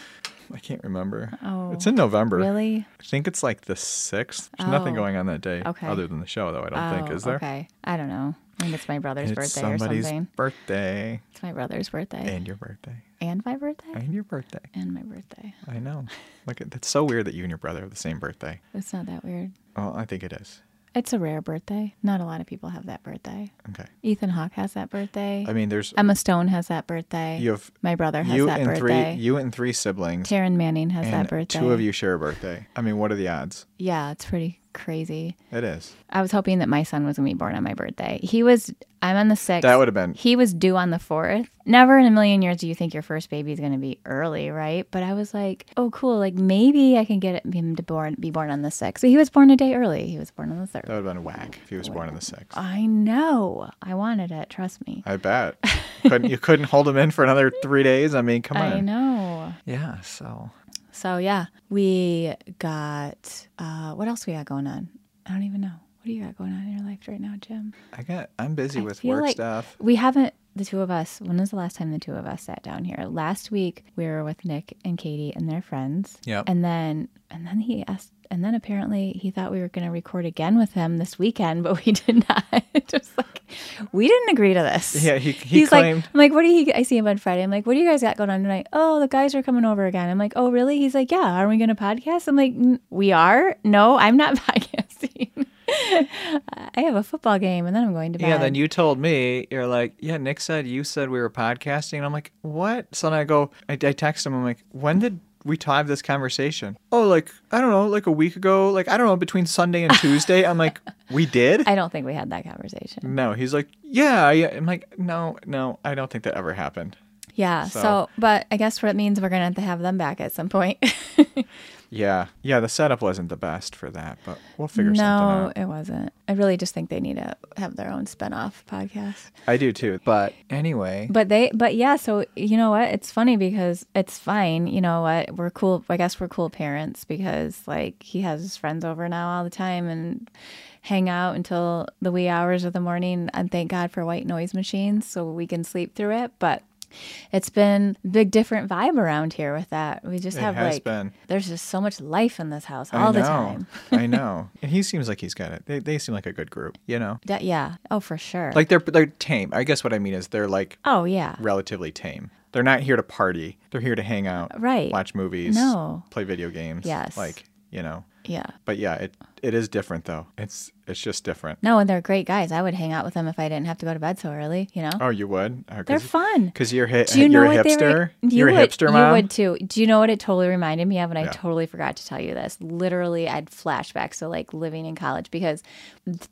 A: I can't remember.
B: Oh.
A: it's in November.
B: Really?
A: I think it's like the sixth. There's nothing
B: Oh.
A: going on that day,
B: Okay.
A: other than the show, though. I don't think
B: Oh,
A: is there.
B: Okay. I don't know. I think it's my brother's
A: It's
B: birthday or
A: somebody's
B: something.
A: birthday,
B: It's my brother's birthday
A: and your birthday,
B: and my birthday
A: and your birthday.
B: and my birthday.
A: I know. Look, at that's so weird that you and your brother have the same birthday.
B: It's not that weird.
A: Well, I think it is.
B: It's a rare birthday. Not a lot of people have that birthday.
A: Okay.
B: Ethan Hawke has that birthday.
A: I mean, there's
B: Emma Stone has that birthday.
A: you have
B: my brother Um, has
A: you
B: that
A: and
B: birthday.
A: three you and three siblings,
B: Taryn Manning has
A: and
B: that birthday.
A: two of you share a birthday. I mean, what are the odds?
B: Yeah, it's pretty crazy.
A: It is.
B: I was hoping that my son was gonna be born on my birthday. He was. I'm on the sixth.
A: That would have been
B: He was due on the fourth. Never in a million years do you think your first baby is gonna be early, right? But I was like, oh, cool. Like maybe I can get him to born be born on the sixth. So he was born a day early. He was born on the third.
A: that would have been whack if he was born on the sixth.
B: I know. I wanted it. Trust me.
A: I bet. couldn't you couldn't hold him in for another three days? I mean, come on.
B: <laughs> I know.
A: Yeah. So
B: So yeah, we got. Uh, what else we got going on? I don't even know. What do you got going on in your life right now, Jim?
A: I got I'm busy
B: I
A: with
B: feel
A: work
B: like
A: stuff.
B: We haven't, the two of us, when was the last time the two of us sat down here? Last week we were with Nick and Katie and their friends.
A: Yep.
B: And then, and then he asked, and then apparently he thought we were going to record again with him this weekend, but we <laughs> did not. Just like, we didn't agree to this.
A: Yeah, he- he
B: He's
A: claimed-
B: like, I'm like, what do you, I see him on Friday. I'm like, what do you guys got going on tonight? Oh, the guys are coming over again. I'm like, oh, really? He's like, yeah, are we going to podcast? I'm like, "N- we are? No, I'm not <laughs> podcasting. <laughs> I have a football game and then I'm going to bed.
A: Yeah, then you told me, you're like, yeah, Nick said you said we were podcasting. And I'm like, what? So then I go, I, I text him, I'm like, when did we t- have this conversation? Oh, like, I don't know, like a week ago, like, I don't know, between Sunday and Tuesday. I'm
B: <laughs>
A: like, we did?
B: I don't think we had that conversation.
A: no. He's like, yeah. yeah. I'm like, no, no, I don't think that ever happened.
B: Yeah. So, but I guess what it means we're gonna have to have them back at some point.
A: Yeah. Yeah, the setup wasn't the best for that, but we'll figure something out.
B: <laughs> no, it wasn't. I really just think they need to have their own spin-off podcast.
A: I do too. But anyway,
B: But they, but yeah. So you know what? It's funny because it's fine. You know what? We're cool. I guess we're cool parents because like he has his friends over now all the time and hang out until the wee hours of the morning. And thank God for white noise machines so we can sleep through it. But it's been big different vibe around here with that. We just
A: It
B: have
A: has
B: like
A: been.
B: there's just so much life in this house
A: I
B: all the
A: know,
B: time. <laughs>
A: I know. And he seems like he's got it. They, they seem like a good group, you know?
B: That- yeah. Oh, for sure.
A: Like they're they're tame. I guess what I mean is they're like
B: oh yeah.
A: relatively tame. They're not here to party. They're here to hang out,
B: Right.
A: Watch movies,
B: No.
A: play video games.
B: Yes.
A: like you know.
B: Yeah.
A: But yeah, it it is different though. It's it's just different.
B: No, and they're great guys. I would hang out with them if I didn't have to go to bed so early. You know,
A: Oh, you would? Oh,
B: they're fun.
A: Because you're hit.
B: Do you
A: you're
B: know
A: a
B: what they
A: hipster.
B: were? You
A: are a
B: would,
A: hipster mom.
B: You would too. Do you know what it totally reminded me of? And I
A: Yeah.
B: totally forgot to tell you this. Literally, I had flashbacks to like living in college because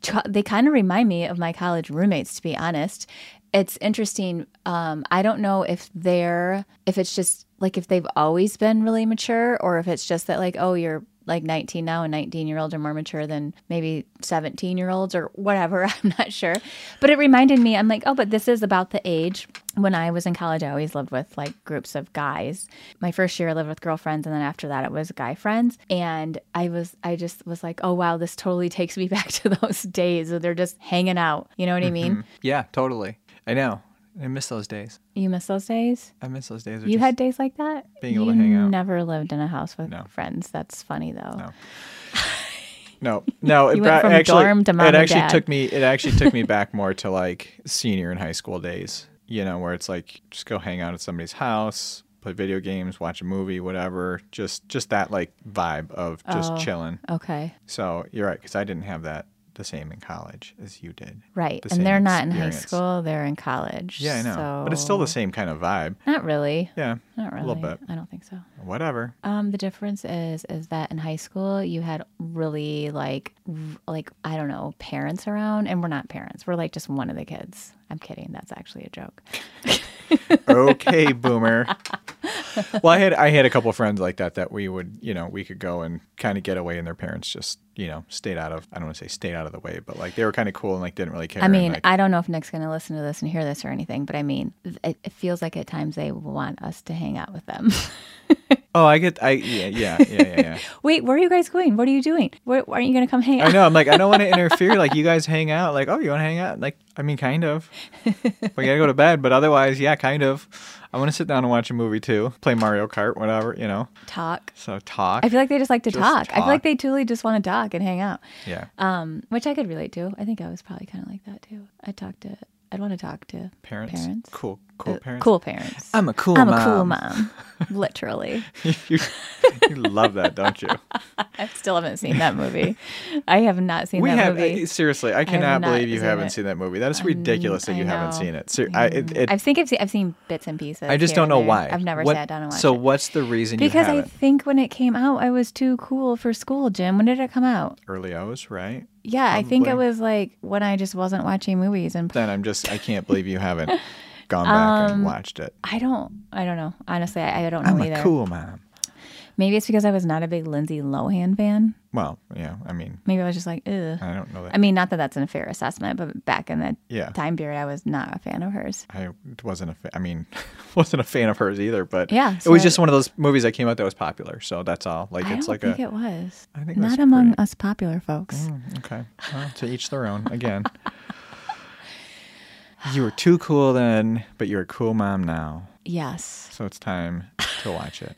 B: t- they kind of remind me of my college roommates. To be honest, it's interesting. Um, I don't know if they're if it's just like if they've always been really mature or if it's just that like oh you're like 19 now and 19 year olds are more mature than maybe 17 year olds or whatever. <laughs> I'm not sure. But it reminded me, I'm like, oh, but this is about the age. When I was in college, I always lived with like groups of guys. My first year, I lived with girlfriends. And then after that, it was guy friends. And I was, I just was like, oh, wow, this totally <laughs> takes me back to those days. where They're just hanging out. You know what I mean?
A: Yeah, totally. I know. I miss those days.
B: You miss those days?
A: I miss those days. of Mm-hmm.
B: You
A: just-
B: had days like that?
A: being able
B: you
A: to hang out.
B: never lived in a house with
A: No.
B: friends. That's funny though.
A: No. no, no. It
B: went
A: bra-
B: from
A: actually,
B: dorm to mom
A: it
B: and
A: actually
B: dad.
A: took me. It actually took me back more to like senior and high school days. You know, where it's like just go hang out at somebody's house, play video games, watch a movie, whatever. Just just that like vibe of just
B: Oh.
A: chilling.
B: Okay.
A: So you're right because I didn't have that the same in college as you did.
B: Right.
A: The
B: and they're
A: same
B: not in high
A: experience.
B: school, they're in college.
A: Yeah, I know,
B: So...
A: but it's still the same kind of vibe.
B: Not really.
A: Yeah,
B: Not really.
A: little bit.
B: I don't think so.
A: whatever.
B: Um, the difference is is that in high school you had really like r- like I don't know parents around, and we're not parents. We're like just one of the kids. I'm kidding. That's actually a joke.
A: okay, boomer. Well, I had I had a couple friends like that that we would you know we could go and kind of get away, and their parents just you know stayed out of I don't want to say stayed out of the way, but like they were kind of cool and like didn't really care.
B: I
A: and,
B: mean,
A: like,
B: I don't know if Nick's going to listen to this and hear this or anything, but I mean, th- it, it feels like at times they want us to hang out with them. <laughs>
A: oh, I get I yeah yeah yeah yeah. yeah.
B: Wait, where are you guys going? What are you doing? Where, why aren't you going to come hang
A: I
B: out?
A: know. I'm like I don't want to interfere. Like you guys hang out. Like oh, you want to hang out? Like I mean, kind of. We gotta go to bed, but otherwise, yeah, kind of. I want to sit down and watch a movie too, play Mario Kart, whatever you know.
B: Talk.
A: So talk.
B: I feel like they just like to
A: Just
B: talk. I feel
A: talk.
B: like they truly just want to talk and hang out,
A: yeah.
B: um, which I could relate to. I think I was probably kind of like that too. I talk to, I'd want to talk to
A: Parents.
B: parents.
A: Cool. Cool
B: Uh,
A: parents.
B: Cool parents.
A: I'm a cool.
B: I'm
A: mom.
B: a
A: <laughs>
B: cool mom, literally.
A: you, <laughs> you love that, don't
B: <laughs>
A: you?
B: I still haven't seen that movie. I have not seen
A: we
B: that
A: have
B: movie.
A: uh, seriously. I cannot
B: not
A: believe you
B: seen
A: haven't
B: it.
A: seen that movie. That is ridiculous that
B: I
A: you haven't
B: know.
A: seen it. Ser- I, it, it
B: I think I've seen, I've seen bits and pieces.
A: I just
B: here
A: don't
B: and
A: know
B: there.
A: why.
B: I've never
A: What-
B: sat down and watched
A: So
B: it.
A: what's the reason
B: Because
A: you
B: I
A: haven't?
B: think when it came out, I was too cool for school, Jim. When did it come out?
A: Early O's, right?
B: Yeah, I think it
A: Probably.
B: was like when I just wasn't watching movies and
A: Then I'm just I can't believe you
B: <laughs>
A: haven't gone back and watched it.
B: I don't I don't know. Honestly, I, Um, I don't know
A: I'm
B: either.
A: a cool mom.
B: Maybe it's because I was not a big Lindsay Lohan fan.
A: Well, yeah. I mean,
B: Maybe I was just like, ugh.
A: I don't know that.
B: I mean, not that that's an fair assessment, but back in that
A: Yeah.
B: time period, I was not a fan of hers.
A: I wasn't a. Fa- I mean, <laughs> wasn't a fan of hers either. But
B: Yeah,
A: it
B: so
A: was
B: I-
A: just one of those movies that came out that was popular. So that's all. Like
B: I
A: it's
B: don't
A: like
B: think
A: a.
B: it was.
A: I think it was
B: Not among
A: pretty- Mm.
B: us popular folks.
A: Okay. Well, to each their own again. you were too cool then, but you're a cool mom now.
B: Yes.
A: So it's time to watch it.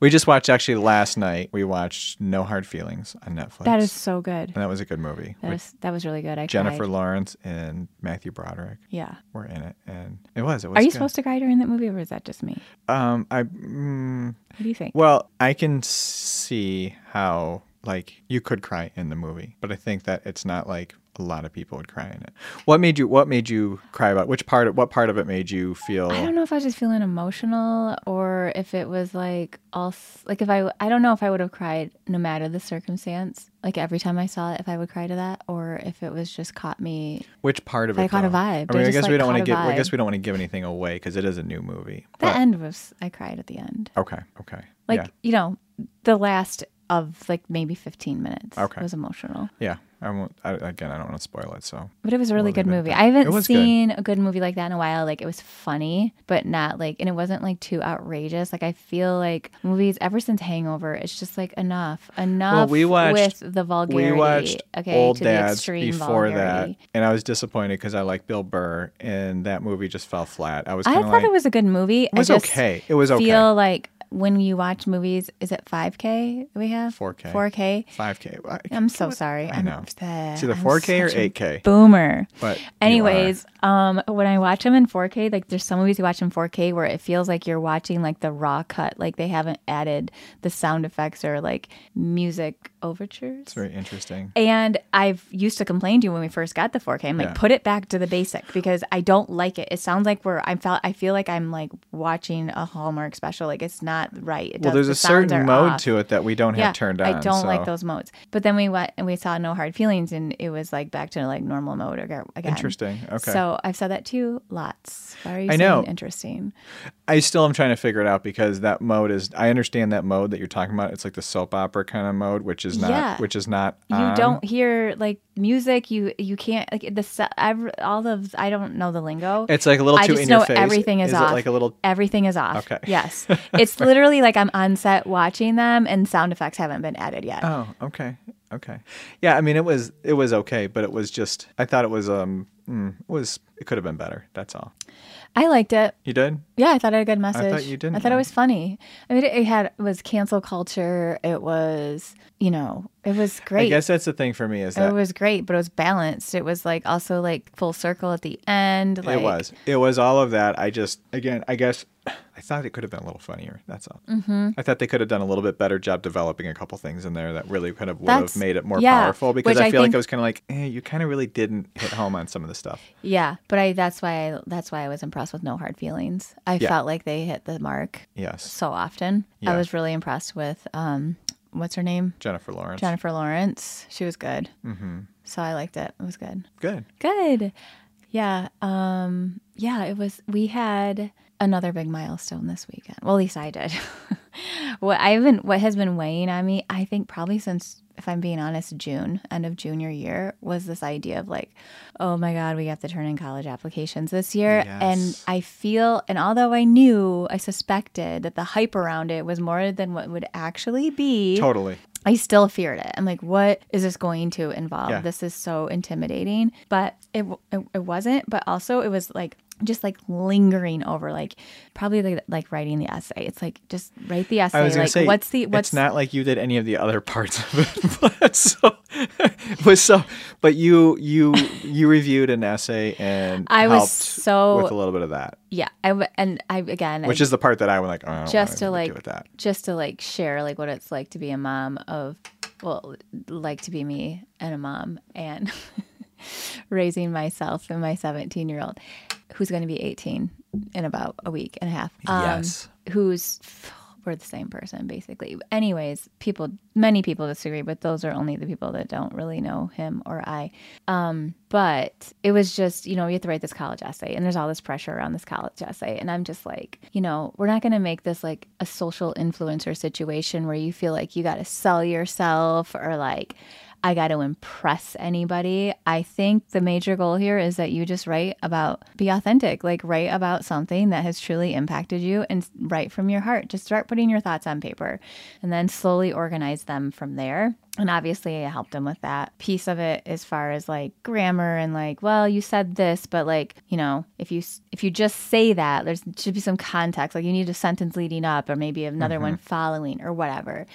A: we just watched actually last night. We watched No Hard Feelings on Netflix.
B: That is so good.
A: and that was a good movie.
B: That
A: with
B: was that was really good. I
A: Jennifer
B: cried.
A: Lawrence and Matthew Broderick
B: Yeah.
A: were in it, and it was. It was.
B: Are you
A: good.
B: supposed to cry during that movie, or is that just me?
A: Um, I. Mm,
B: What do you think?
A: Well, I can see how like you could cry in the movie, but I think that it's not like a lot of people would cry in it. What made you what made you cry about which part of what part of it made you feel
B: I don't know if I was just feeling emotional or if it was like all s- like if I I don't know if I would have cried no matter the circumstance. Like every time I saw it, if I would cry to that, or if it was just caught me.
A: which part of
B: I
A: it?
B: caught a
A: though?
B: vibe.
A: I
B: I
A: mean, I
B: just,
A: guess
B: like,
A: we don't want to
B: caught a
A: give I
B: vibe.
A: guess we don't want to give anything away because it is a new movie.
B: The
A: But-
B: end was I cried at the end.
A: okay, okay.
B: Like
A: yeah.
B: you know, the last of like maybe fifteen minutes.
A: Okay.
B: was emotional,
A: Yeah. I won't I, again, I don't want to spoil it, so
B: but it was a
A: Well,
B: really good
A: they've been-
B: movie.
A: it
B: I haven't
A: was good.
B: seen a good movie like that in a while. Like it was funny, but not like, and it wasn't like too outrageous. Like I feel like movies ever since Hangover, it's just like enough, enough.
A: we watched-
B: with the vulgarity.
A: We watched
B: Oh, okay,
A: Old
B: to the
A: Dads
B: extreme
A: before
B: vulgarity.
A: that, and I was disappointed because I like Bill Burr, and that movie just fell flat. I was
B: I
A: kind of
B: thought
A: like,
B: it was a good movie.
A: it was
B: I just
A: okay. It was okay.
B: Feel like when you watch movies, is it five k we have?
A: 4K.
B: Four k.
A: 5K. I-
B: I'm so sorry. I
A: know.
B: I'm,
A: It's either
B: I'm
A: 4K or
B: such a
A: 8K.
B: Boomer.
A: But you
B: Anyways, um, when I watch them in 4K, like there's some movies you watch in 4K where it feels like you're watching like the raw cut, like they haven't added the sound effects or like music overtures.
A: It's very interesting.
B: And I've used to complain to you when we first got the 4K. I'm like,
A: Yeah.
B: put it back to the basic because I don't like it. It sounds like we're I felt I feel like I'm like watching a Hallmark special. Like it's not right. It
A: Well, there's
B: does- the
A: a
B: sounds
A: certain
B: are
A: mode
B: off.
A: to it that we don't have turned on.
B: I don't
A: so.
B: like those modes. But then we went and we saw no hard feelings, and it was like back to like normal mode ag- again.
A: Interesting. Okay.
B: So I've said that too lots. Why are you
A: I
B: saying
A: know.
B: interesting?
A: I still am trying to figure it out because that mode is. I understand that mode that you're talking about. It's like the soap opera kind of mode, which is not.
B: Yeah.
A: Which is not.
B: You
A: on.
B: don't hear like music. You you can't like the se- ev- all of I don't know the lingo.
A: It's like a little
B: I
A: too
B: just
A: in
B: know
A: your face.
B: everything is,
A: it
B: off.
A: like a little.
B: Everything is off.
A: Okay. <laughs>
B: Yes. It's literally like I'm on set watching them, and sound effects haven't been added yet.
A: Oh, okay, okay. Yeah, I mean, it was it was okay, but it was just. I thought it was um. Mm, it was. It could have been better. That's all.
B: I liked it.
A: You did.
B: Yeah, I thought it had a good message.
A: you didn't
B: I thought it
A: like
B: was funny. I mean, it, it had it was cancel culture. It was, you know, it was great.
A: I guess that's the thing for me is that
B: it was great, but it was balanced. It was like also like full circle at the end. Like,
A: it was. It was all of that. I just again, I guess I thought it could have been a little funnier. That's all. Mm-hmm. I thought they could have done a little bit better job developing a couple things in there that really kind of would
B: That's-
A: have made it more
B: yeah,
A: powerful. Because
B: which
A: I
B: I
A: feel like
B: think-
A: I was kind of like, eh, you kind of really didn't hit home on some of the stuff.
B: Yeah, but I that's why I, that's why I was impressed with No Hard Feelings. I
A: Yeah.
B: felt like they hit the mark
A: Yes,
B: so often.
A: Yeah.
B: I was really impressed with um, what's her name,
A: Jennifer Lawrence.
B: Jennifer Lawrence. She was good. Mm-hmm. So I liked it. It was good.
A: Good.
B: Good. Yeah. Um yeah, it was we had another big milestone this weekend. Well, at least I did. <laughs> what I haven't what has been weighing on me, I think probably since if I'm being honest, June, end of junior year, was this idea of like, oh my God, we have to turn in college applications this year.
A: Yes.
B: And I feel, and although I knew, I suspected that the hype around it was more than what would actually be.
A: Totally.
B: I still feared it. I'm like, what is this going to involve?
A: Yeah.
B: This is so intimidating. But it, w- it it wasn't. But also, it was like just like lingering over, like probably like, like writing the essay. It's like just write the essay.
A: I was gonna
B: like
A: say,
B: what's the what's
A: It's not like you did any of the other parts of it. <laughs> so, was so, but you you you reviewed an essay and
B: I was
A: helped
B: so-
A: with a little bit of that,
B: yeah. I w- and I again
A: which
B: I,
A: is the part that I was like, oh, I don't want
B: just to
A: anything
B: like
A: do with that.
B: just to like share like what it's like to be a mom of well like to be me and a mom and <laughs> raising myself and my 17 year old who's going to be 18 in about a week and a half Um,
A: Yes.
B: who's we're the same person basically anyways people many people disagree but those are only the people that don't really know him or i but it was just you know you have to write this college essay and there's all this pressure around this college essay and i'm just like you know we're not going to make this like a social influencer situation where you feel like you got to sell yourself or like i got to impress anybody i think the major goal here is that you just write about be authentic like write about something that has truly impacted you and s- write from your heart just start putting your thoughts on paper and then slowly organize them from there and obviously I helped him with that piece of it as far as like grammar and like well you said this but like you know if you s- if you just say that there's should be some context like you need a sentence leading up or maybe another one following or whatever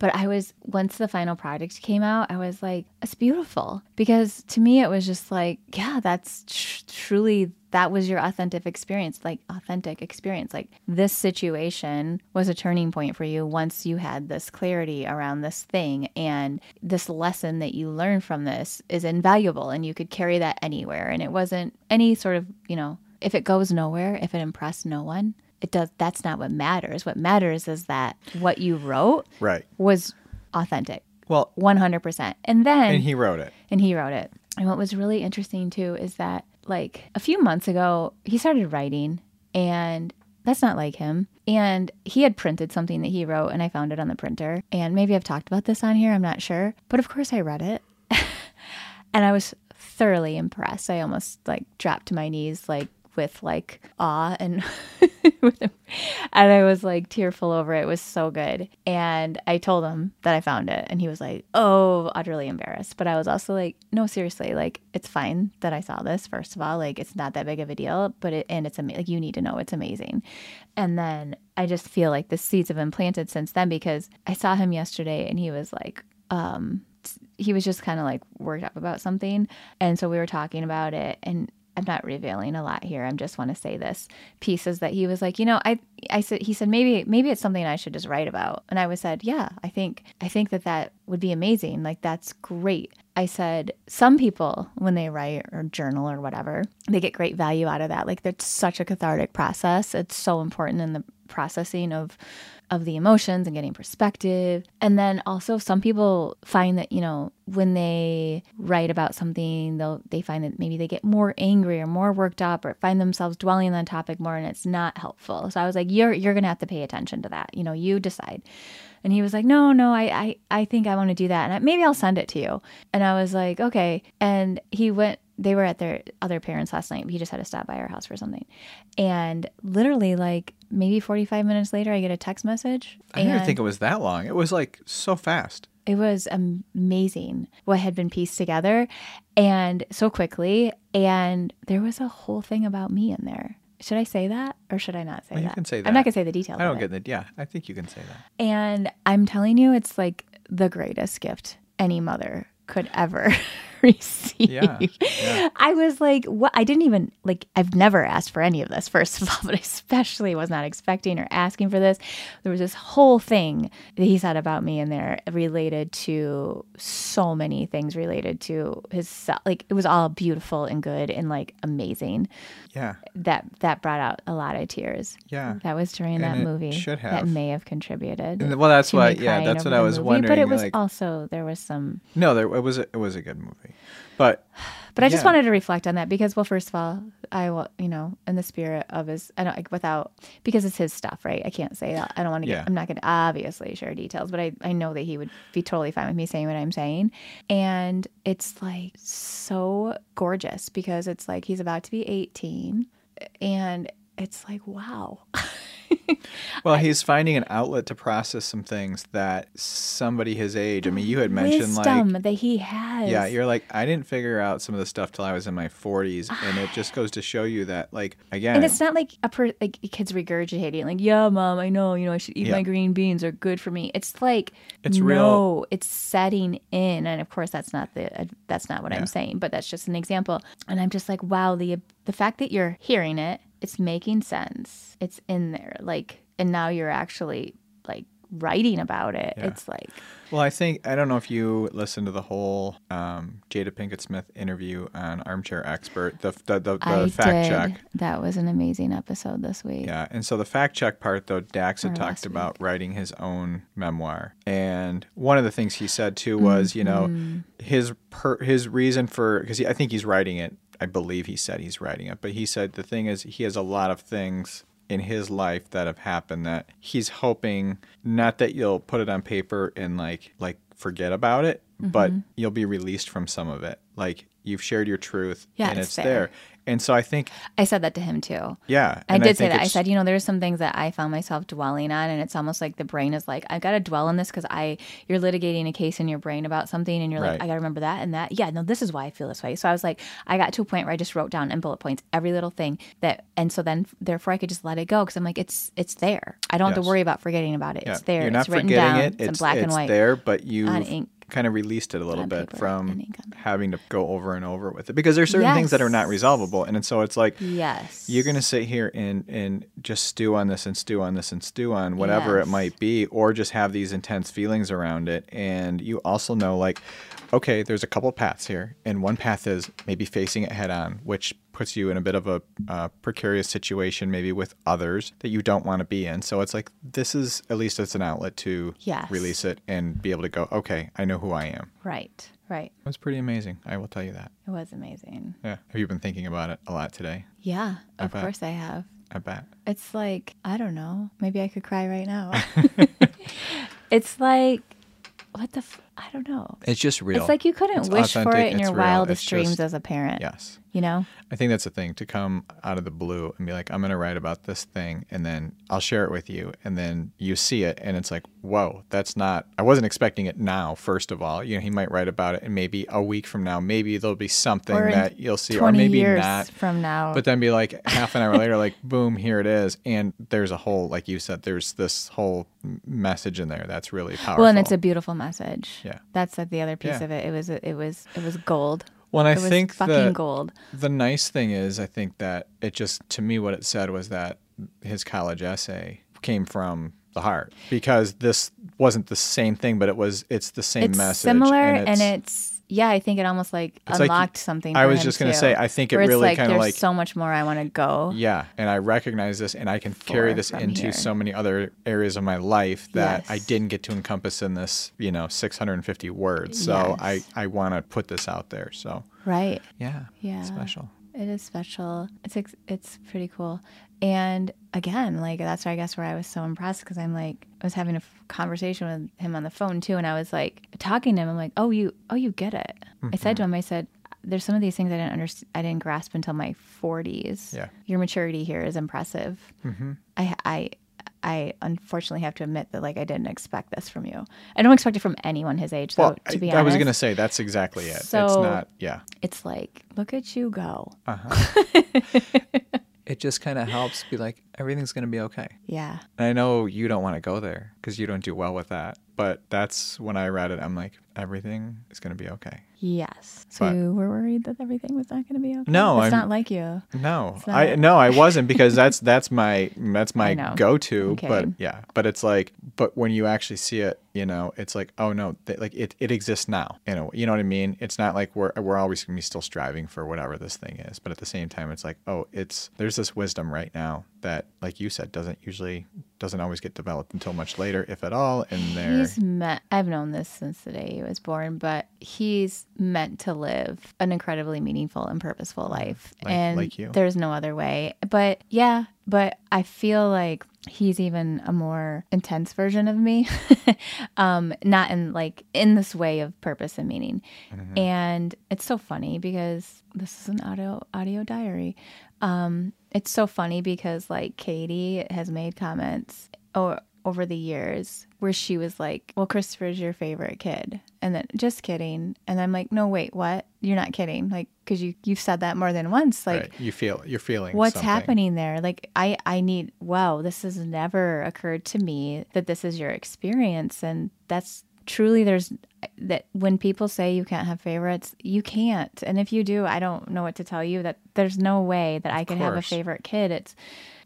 B: but I was once the final product came out I was like it's beautiful because to me it was just like yeah that's tr- truly that was your authentic experience like authentic experience like this situation was a turning point for you once you had this clarity around this thing and this lesson that you learned from this is invaluable and you could carry that anywhere and it wasn't any sort of you know if it goes nowhere if it impressed no one it does that's not what matters what matters is that what you wrote
A: Right.
B: was authentic
A: Well,
B: 100% and then
A: and he wrote it.
B: and he wrote it. And what was really interesting too is that like a few months ago, he started writing and that's not like him. And he had printed something that he wrote and I found it on the printer. And maybe I've talked about this on here, I'm not sure. But of course I read it. and I was thoroughly impressed. I almost like dropped to my knees like with like awe and <laughs> and I was like tearful over it. It was so good. And I told him that I found it and he was like, "Oh, utterly embarrassed." But I was also like, "No, seriously, like it's fine that I saw this first of all. Like it's not that big of a deal, but it and it's ama- like you need to know it's amazing." And then I just feel like the seeds have been planted since then because I saw him yesterday and he was like, um, he was just kind of like worked up about something. And so we were talking about it and I'm not revealing a lot here. I am just want to say this piece is that he was like, you know, I, I said, he said, maybe, maybe it's something I should just write about. And I was said, yeah, I think, I think that that would be amazing. Like, that's great. I said, some people, when they write or journal or whatever, they get great value out of that. Like, that's such a cathartic process. It's so important in the processing of of the emotions and getting perspective. And then also some people find that, you know, when they write about something, they'll they find that maybe they get more angry or more worked up or find themselves dwelling on the topic more and it's not helpful. So I was like, You're you're gonna have to pay attention to that. You know, you decide. And he was like, No, no, I I, I think I wanna do that and I, maybe I'll send it to you. And I was like, Okay. And he went they were at their other parents last night. He just had to stop by our house for something. And literally like maybe 45 minutes later I get a text message.
A: I didn't
B: and-
A: think it was that long. It was like so fast.
B: it was amazing what had been pieced together and so quickly. And there was a whole thing about me in there. Should I say that or should I not say
A: Well, you
B: that?
A: can say
B: I'm
A: that.
B: not going to say the details.
A: I don't
B: of
A: get
B: it.
A: that. Yeah, I think you can say
B: <laughs>
A: that.
B: And I'm telling you, it's like the greatest gift any mother could ever <laughs> receive.
A: Yeah, yeah.
B: <laughs> I was like, what? I didn't even, like, I've never asked for any of this, first of all, <laughs> but I especially was not expecting or asking for this. There was this whole thing that he said about me in there related to so many things related to his, se- like, it was all beautiful and good and, like, amazing.
A: Yeah,
B: That, that brought out a lot of tears.
A: yeah.
B: That was during
A: And
B: that
A: it
B: movie.
A: should
B: That
A: have.
B: may have contributed.
A: And th- well, that's
B: to me
A: what. Yeah,
B: crying
A: that's
B: over
A: what I
B: the
A: was
B: movie,
A: wondering.
B: But it was
A: like,
B: also there was some.
A: no, there it was. A, it was a good movie, but
B: But I just
A: Yeah.
B: wanted to reflect on that because, well, first of all, I will, you know, in the spirit of his, I don't like without because it's his stuff, right? I can't say that. I don't want to.
A: Yeah.
B: get I'm not going to obviously share details, but I I know that he would be totally fine with me saying what I'm saying, and it's like so gorgeous because it's like he's about to be 18, and it's like wow.
A: well, he's finding an outlet to process some things that somebody his age. I mean, you had mentioned like
B: wisdom that he has.
A: Yeah, you're like, I didn't figure out some of the stuff till I was in my 40s. And it just goes to show you that, like, again,
B: And it's not like a per- like kids regurgitating like, "Yeah, mom, I know, you know, I should eat
A: Yeah.
B: my green beans; they're good for me." It's like
A: It's
B: no,
A: real-
B: it's setting in, and of course, that's not the uh, that's not what
A: Yeah.
B: I'm saying, but that's just an example. And I'm just like, wow, the the fact that you're hearing it, it's making sense. It's in there, like, and now you're actually like writing about it.
A: Yeah.
B: It's like
A: well, I think, I don't know if you listened to the whole um, Jada Pinkett Smith interview on Armchair Expert, the, the, the, the
B: I
A: fact
B: did.
A: check.
B: That was an amazing episode this week.
A: Yeah. And so the fact check part, though, Dax had
B: Or
A: talked
B: last
A: about writing his own memoir. And one of the things he said, too, was, you
B: Mm-hmm.
A: know, his per, his reason for, because I think he's writing it. I believe he said he's writing it. But he said the thing is, he has a lot of things in his life that have happened that he's hoping not that you'll put it on paper and like like forget about it but
B: Mm-hmm.
A: you'll be released from some of it like you've shared your truth
B: Yeah,
A: and
B: it's
A: it's,
B: there.
A: there and so i think
B: I said that to him too.
A: yeah
B: I
A: and
B: did say
A: think
B: that. I
A: it's-
B: said, you know, there's some things that I found myself dwelling on, and it's almost like the brain is like, I gotta dwell on this because I, you're litigating a case in your brain about something, and you're like,
A: Right.
B: I gotta remember that and that. Yeah, no, this is why I feel this way. So I was like, I got to a point where I just wrote down in bullet points every little thing that, and so then therefore I could just let it go because I'm like, it's it's there. I don't have
A: Yes.
B: to worry about forgetting about it. It's
A: Yeah,
B: there.
A: You're not
B: it's written
A: forgetting
B: down.
A: it.
B: It's, in black and white.
A: there, but you
B: ink.
A: kind of released it a little
B: On
A: bit
B: paper and
A: from
B: ink on paper.
A: having to go over and over with it because there's certain things that are not
B: Yes.
A: resolvable, and so it's like
B: Yes.
A: you're going to sit here and and just stew on this and stew on this and stew on whatever
B: Yes.
A: it might be or just have these intense feelings around it and you also know like okay there's a couple paths here and one path is maybe facing it head on which puts you in a bit of a uh, precarious situation maybe with others that you don't want to be in so it's like this is at least it's an outlet to
B: Yes.
A: release it and be able to go okay i know who i am
B: Right. Right.
A: it was pretty amazing i will tell you that
B: It was amazing.
A: yeah have you been thinking about it a lot today
B: Yeah. Of
A: bet.
B: course I have.
A: i bet
B: It's like, I don't know. Maybe I could cry
A: <laughs>
B: right now. <laughs> it's like, what the, f- I don't know.
A: it's just real
B: It's like you couldn't
A: It's
B: wish for
A: authentic,
B: it in
A: it's
B: your
A: real,
B: wildest
A: it's
B: dreams
A: just-
B: as a parent.
A: yes
B: You know?
A: I think that's the thing to come out of the blue and be like, I'm going to write about this thing and then I'll share it with you. And then you see it and it's like, whoa, that's not, I wasn't expecting it now, first of all. You know, he might write about it and maybe a week from now, maybe there'll be something
B: Or in
A: that you'll see, or
B: 20
A: maybe
B: years
A: not.
B: from now.
A: But then be like, half an hour later, like, <laughs> boom, here it is. And there's a whole, like you said, there's this whole m- message in there that's really powerful.
B: well, and it's a beautiful message.
A: Yeah.
B: That's uh, the other piece
A: Yeah.
B: of it. It was, it was, it was gold.
A: Well, and
B: it
A: I
B: was
A: think
B: fucking
A: that-
B: gold.
A: The nice thing is, I think that it just, to me, what it said was that his college essay came from the heart because this wasn't the same thing, but it was, it's the same
B: It's
A: message.
B: similar and it's, yeah, I think it almost like
A: It's like-
B: unlocked something.
A: I
B: for
A: was
B: him,
A: just gonna
B: too,
A: say, I think it
B: where it's
A: really
B: like,
A: kinda
B: there's
A: like-
B: so much more I want to go.
A: Yeah, and I recognize this, and I can carry
B: Forward
A: this
B: from
A: into
B: here.
A: so many other areas of my life that I
B: Yes.
A: didn't get to encompass in this, you know, 650 words. So
B: Yes.
A: I I want to put this out there. So
B: Right.
A: yeah,
B: Yeah.
A: special.
B: It is special. It's ex- it's pretty cool. And again, like that's where I guess where I was so impressed because I'm like I was having a f- conversation with him on the phone too, and I was like talking to him. I'm like, oh you oh you get it. I said to
A: Mm-hmm.
B: him, I said, there's some of these things I didn't understand. I didn't grasp until my 40s.
A: Yeah.
B: Your maturity here is impressive. Mm-hmm. I I. I unfortunately have to admit that like I didn't expect this from you. I don't expect it from anyone his age, though.
A: Well,
B: to be
A: I,
B: honest,
A: I was gonna say that's exactly it. it's
B: So-
A: not. Yeah.
B: it's like look at you go.
A: Uh, It just kind of helps be like everything's gonna be okay.
B: Yeah,
A: And I know you don't want to go there because you don't do well with that. But that's when I read it. I'm like, everything is gonna be okay.
B: Yes. So
A: But-
B: you were worried that everything was not going to be okay.
A: No,
B: it's
A: I'm-
B: not like you.
A: No,
B: not
A: I
B: it.
A: no, I wasn't because that's that's my that's
B: <laughs> I
A: my
B: know.
A: go to.
B: I'm
A: But
B: kidding.
A: yeah, but it's like, but when you actually see it, you know, it's like, oh no, th- like it, it exists now. You know, you know what I mean. It's not like we're we're always gonna be still striving for whatever this thing is. But at the same time, it's like, oh, it's there's this wisdom right now that, like you said, doesn't usually doesn't always get developed until much later, if at all. And there,
B: He's meant. I've known this since the day he was born, but he's meant to live an incredibly meaningful and purposeful life,
A: Mm, Like-
B: and
A: like you.
B: there's no other way. But yeah, but I feel like he's even a more intense version of me, <laughs> um, not in like in this way of purpose and meaning.
A: Mm-hmm.
B: And it's so funny because this is an audio audio diary. Um, it's so funny because like Katie has made comments o- over the years where she was like, "Well, Christopher's your favorite kid," and then just kidding, and I'm like, "No, wait, what? You're not kidding, like, because you you've said that more than once, like."
A: right, you feel you're feeling
B: What's
A: something.
B: happening there? Like I I need wow, this has never occurred to me that this is your experience and that's truly there's that when people say you can't have favorites, you can't. And if you do, I don't know what to tell you that there's no way that I could have a
A: course.
B: favorite kid. It's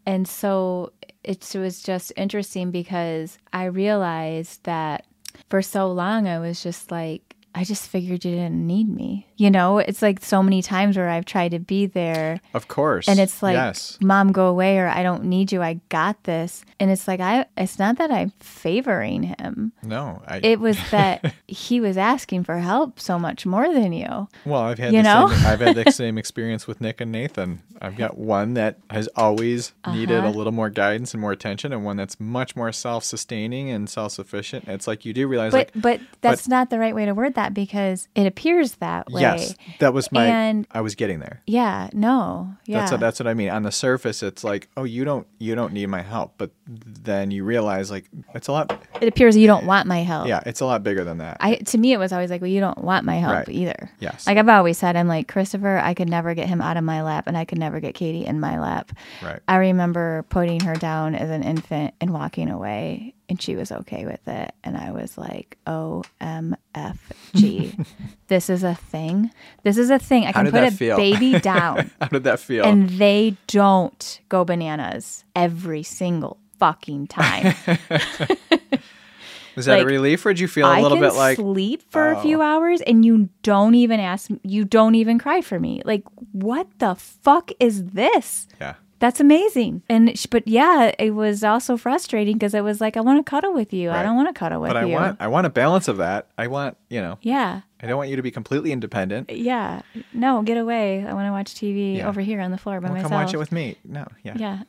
B: and so it was just interesting because I realized that for so long I was just like I just figured you didn't need me. You know, it's like so many times where I've tried to be there
A: Of course,
B: and it's like
A: yes.
B: mom go away or i don't need you i got this and it's like i it's not that i'm favoring him
A: No, I, <laughs>
B: it was that he was asking for help so much more than you
A: Well, I've had
B: You
A: the
B: know?
A: same, I've had
B: <laughs>
A: the same experience with Nick and Nathan. I've got one that has always needed a
B: Uh-huh.
A: little more guidance and more attention, and one that's much more self-sustaining and self-sufficient. It's like you do realize,
B: but
A: like,
B: but that's not the right way to word that because it appears that way
A: yes, that was my.
B: And-
A: I was getting there.
B: yeah no yeah
A: That's what, that's what I mean. On the surface, it's like, oh, you don't you don't need my help, but then you realize, like, it's a lot.
B: it appears you don't want my help
A: Yeah, it's a lot bigger than that.
B: I, to me, it was always like, well, you don't want my help
A: Right.
B: either.
A: Yes.
B: Like I've always said, I'm like, Christopher, I could never get him out of my lap and I could never get Katie in my lap.
A: Right.
B: I remember putting her down as an infant and walking away and she was okay with it. And I was like,
A: <laughs>
B: OMFG. this is a thing. This is a thing. I can
A: did
B: put
A: that
B: a
A: feel? Oh. <laughs>
B: baby down
A: How did that feel?
B: and they don't go bananas every single fucking time.
A: was that
B: like,
A: a relief, or did you feel <laughs>
B: I
A: a little
B: can
A: bit like, oh.
B: sleep for a few hours and you don't even ask you don't even cry for me. Like what the fuck is this?
A: yeah,
B: That's amazing. And sh- but yeah, it was also frustrating because it was like I want to cuddle with you.
A: Right.
B: I don't want to cuddle with
A: but I
B: you.
A: want I want a balance of that. I want you know.
B: yeah.
A: I don't want you to be completely independent.
B: Yeah. No, get away. I want to watch TV
A: Yeah.
B: over here on the floor by
A: Well,
B: myself.
A: come watch it with me. No, yeah.
B: yeah.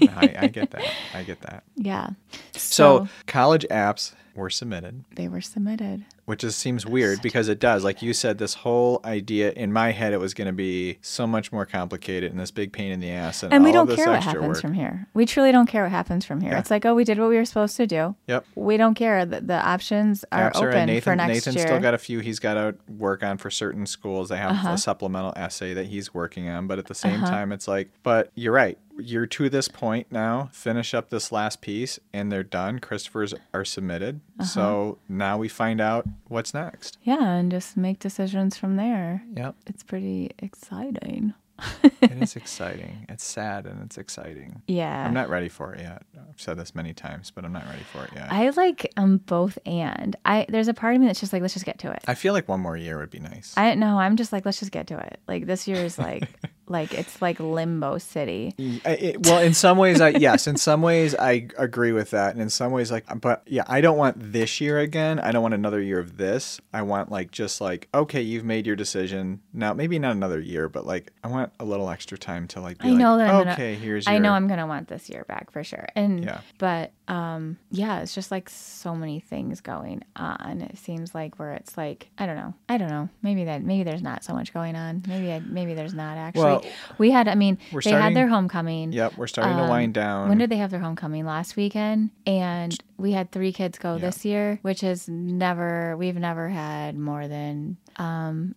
A: No, I, I get that. I get
B: <laughs>
A: that.
B: Yeah.
A: So, college apps were submitted,
B: they were submitted.
A: which just seems weird because it does. Like you said, this whole idea in my head, it was going to be so much more complicated and this big pain in the ass and,
B: And we
A: all
B: don't
A: this
B: care what
A: extra
B: happens
A: work.
B: from here. We truly don't care what happens from here. It's like, oh, we did what we were supposed to do.
A: Yep.
B: We don't care. The, the options are
A: Apps are
B: open
A: in. uh, Nathan,
B: for next
A: Nathan's
B: year.
A: still got a few he's got to work on for certain schools. They have
B: Uh-huh.
A: a supplemental essay that he's working on, but at the same time, it's like, but you're right. You're to this point now. Finish up this last piece, and they're done. Christopher's are submitted,
B: Uh-huh.
A: so now we find out what's next.
B: yeah, and just make decisions from there. <laughs>
A: Yep,
B: It's pretty exciting.
A: it is exciting. It's sad and it's exciting.
B: Yeah.
A: I'm not ready for it yet. said this many times, but I'm not ready for it yet. I,
B: I like um both and. I there's a part of me that's just like let's just get to it.
A: feel like one more year would be nice.
B: I don't know. I'm just like let's just get to it. Like this year
A: <laughs>
B: is like like it's like limbo city.
A: Y- I- it- well, in some ways, I yes. In some ways, I agree with that, and in some ways, like, but yeah, I don't want this year again. I don't want another year of this. I want like just like okay, you've made your decision now. Maybe not another year, but like I want a little extra time to like. Be
B: I know
A: like,
B: that. I'm
A: okay,
B: gonna,
A: here's.
B: I know
A: your-
B: I'm gonna want this year back for sure. And
A: Yeah.
B: but um yeah, it's just like so many things going on. It seems like where it's like I don't know. I don't know. Maybe that maybe there's not so much going on. Maybe I, maybe there's not actually.
A: Well,
B: we had. I mean, they
A: we're
B: had
A: starting-
B: their homecoming.
A: Yep, we're starting to wind down.
B: um, When did they have their homecoming? Last weekend, and we had three kids go this year, which is never. We've never had more than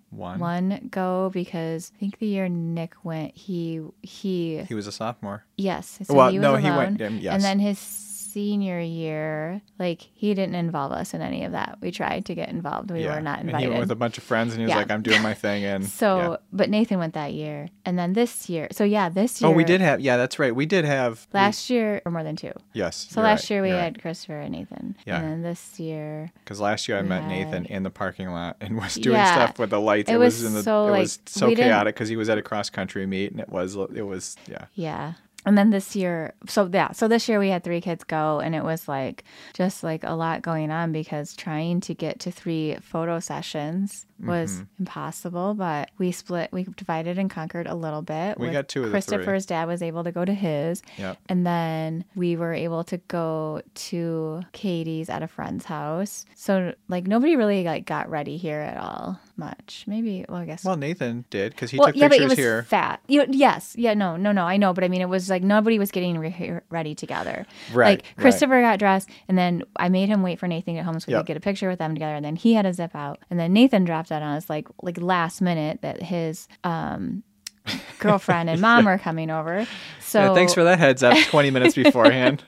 A: one?
B: one go because I think the year Nick went, he he
A: He was a sophomore.
B: Yes. So
A: Well,
B: he was
A: no,
B: alone.
A: he went- um, yes.
B: And then his senior year, like he didn't involve us in any of that. We tried to get involved. We were not
A: And he
B: invited.
A: went with a bunch of friends, and he was
B: Yeah.
A: like, "I'm doing my thing." And
B: <laughs> so,
A: yeah.
B: but Nathan went that year, and then this year. So yeah, this year.
A: oh, we did have yeah, that's right. We did have
B: Last year, or more than two.
A: yes.
B: So last year we had Christopher and Nathan,
A: Yeah.
B: and then this year
A: because last year I met Nathan
B: had-
A: in the parking lot and was doing
B: Yeah.
A: stuff with the lights.
B: It was
A: in the,
B: so,
A: it
B: like,
A: was so
B: we didn't-
A: chaotic because he was at a cross country meet, and it was it was yeah.
B: Yeah. And then this year, so yeah, so this year we had three kids go, and it was like just like a lot going on because trying to get to three photo sessions was
A: Mm-hmm.
B: impossible. But we split, we divided and conquered a little bit.
A: We
B: with
A: got two of the three.
B: Christopher's dad was able to go to his,
A: Yep.
B: and then we were able to go to Katie's at a friend's house. So like nobody really like got ready here at all much. Maybe well, I guess
A: Well, Nathan did because he
B: well,
A: took
B: yeah, but
A: pictures
B: it was
A: here.
B: fat. You, yes, yeah, no, no, no. I know, but I mean, it was like nobody was getting re- ready together.
A: Right,
B: Like
A: right.
B: Christopher got dressed, and then I made him wait for Nathan at home so we
A: Yep.
B: could get a picture with them together, and then he had to zip out, and then Nathan dropped that on us like like last minute that his um <laughs> girlfriend
A: <laughs>
B: and mom are coming over. So
A: yeah, thanks for that heads
B: <laughs>
A: up. Twenty minutes beforehand.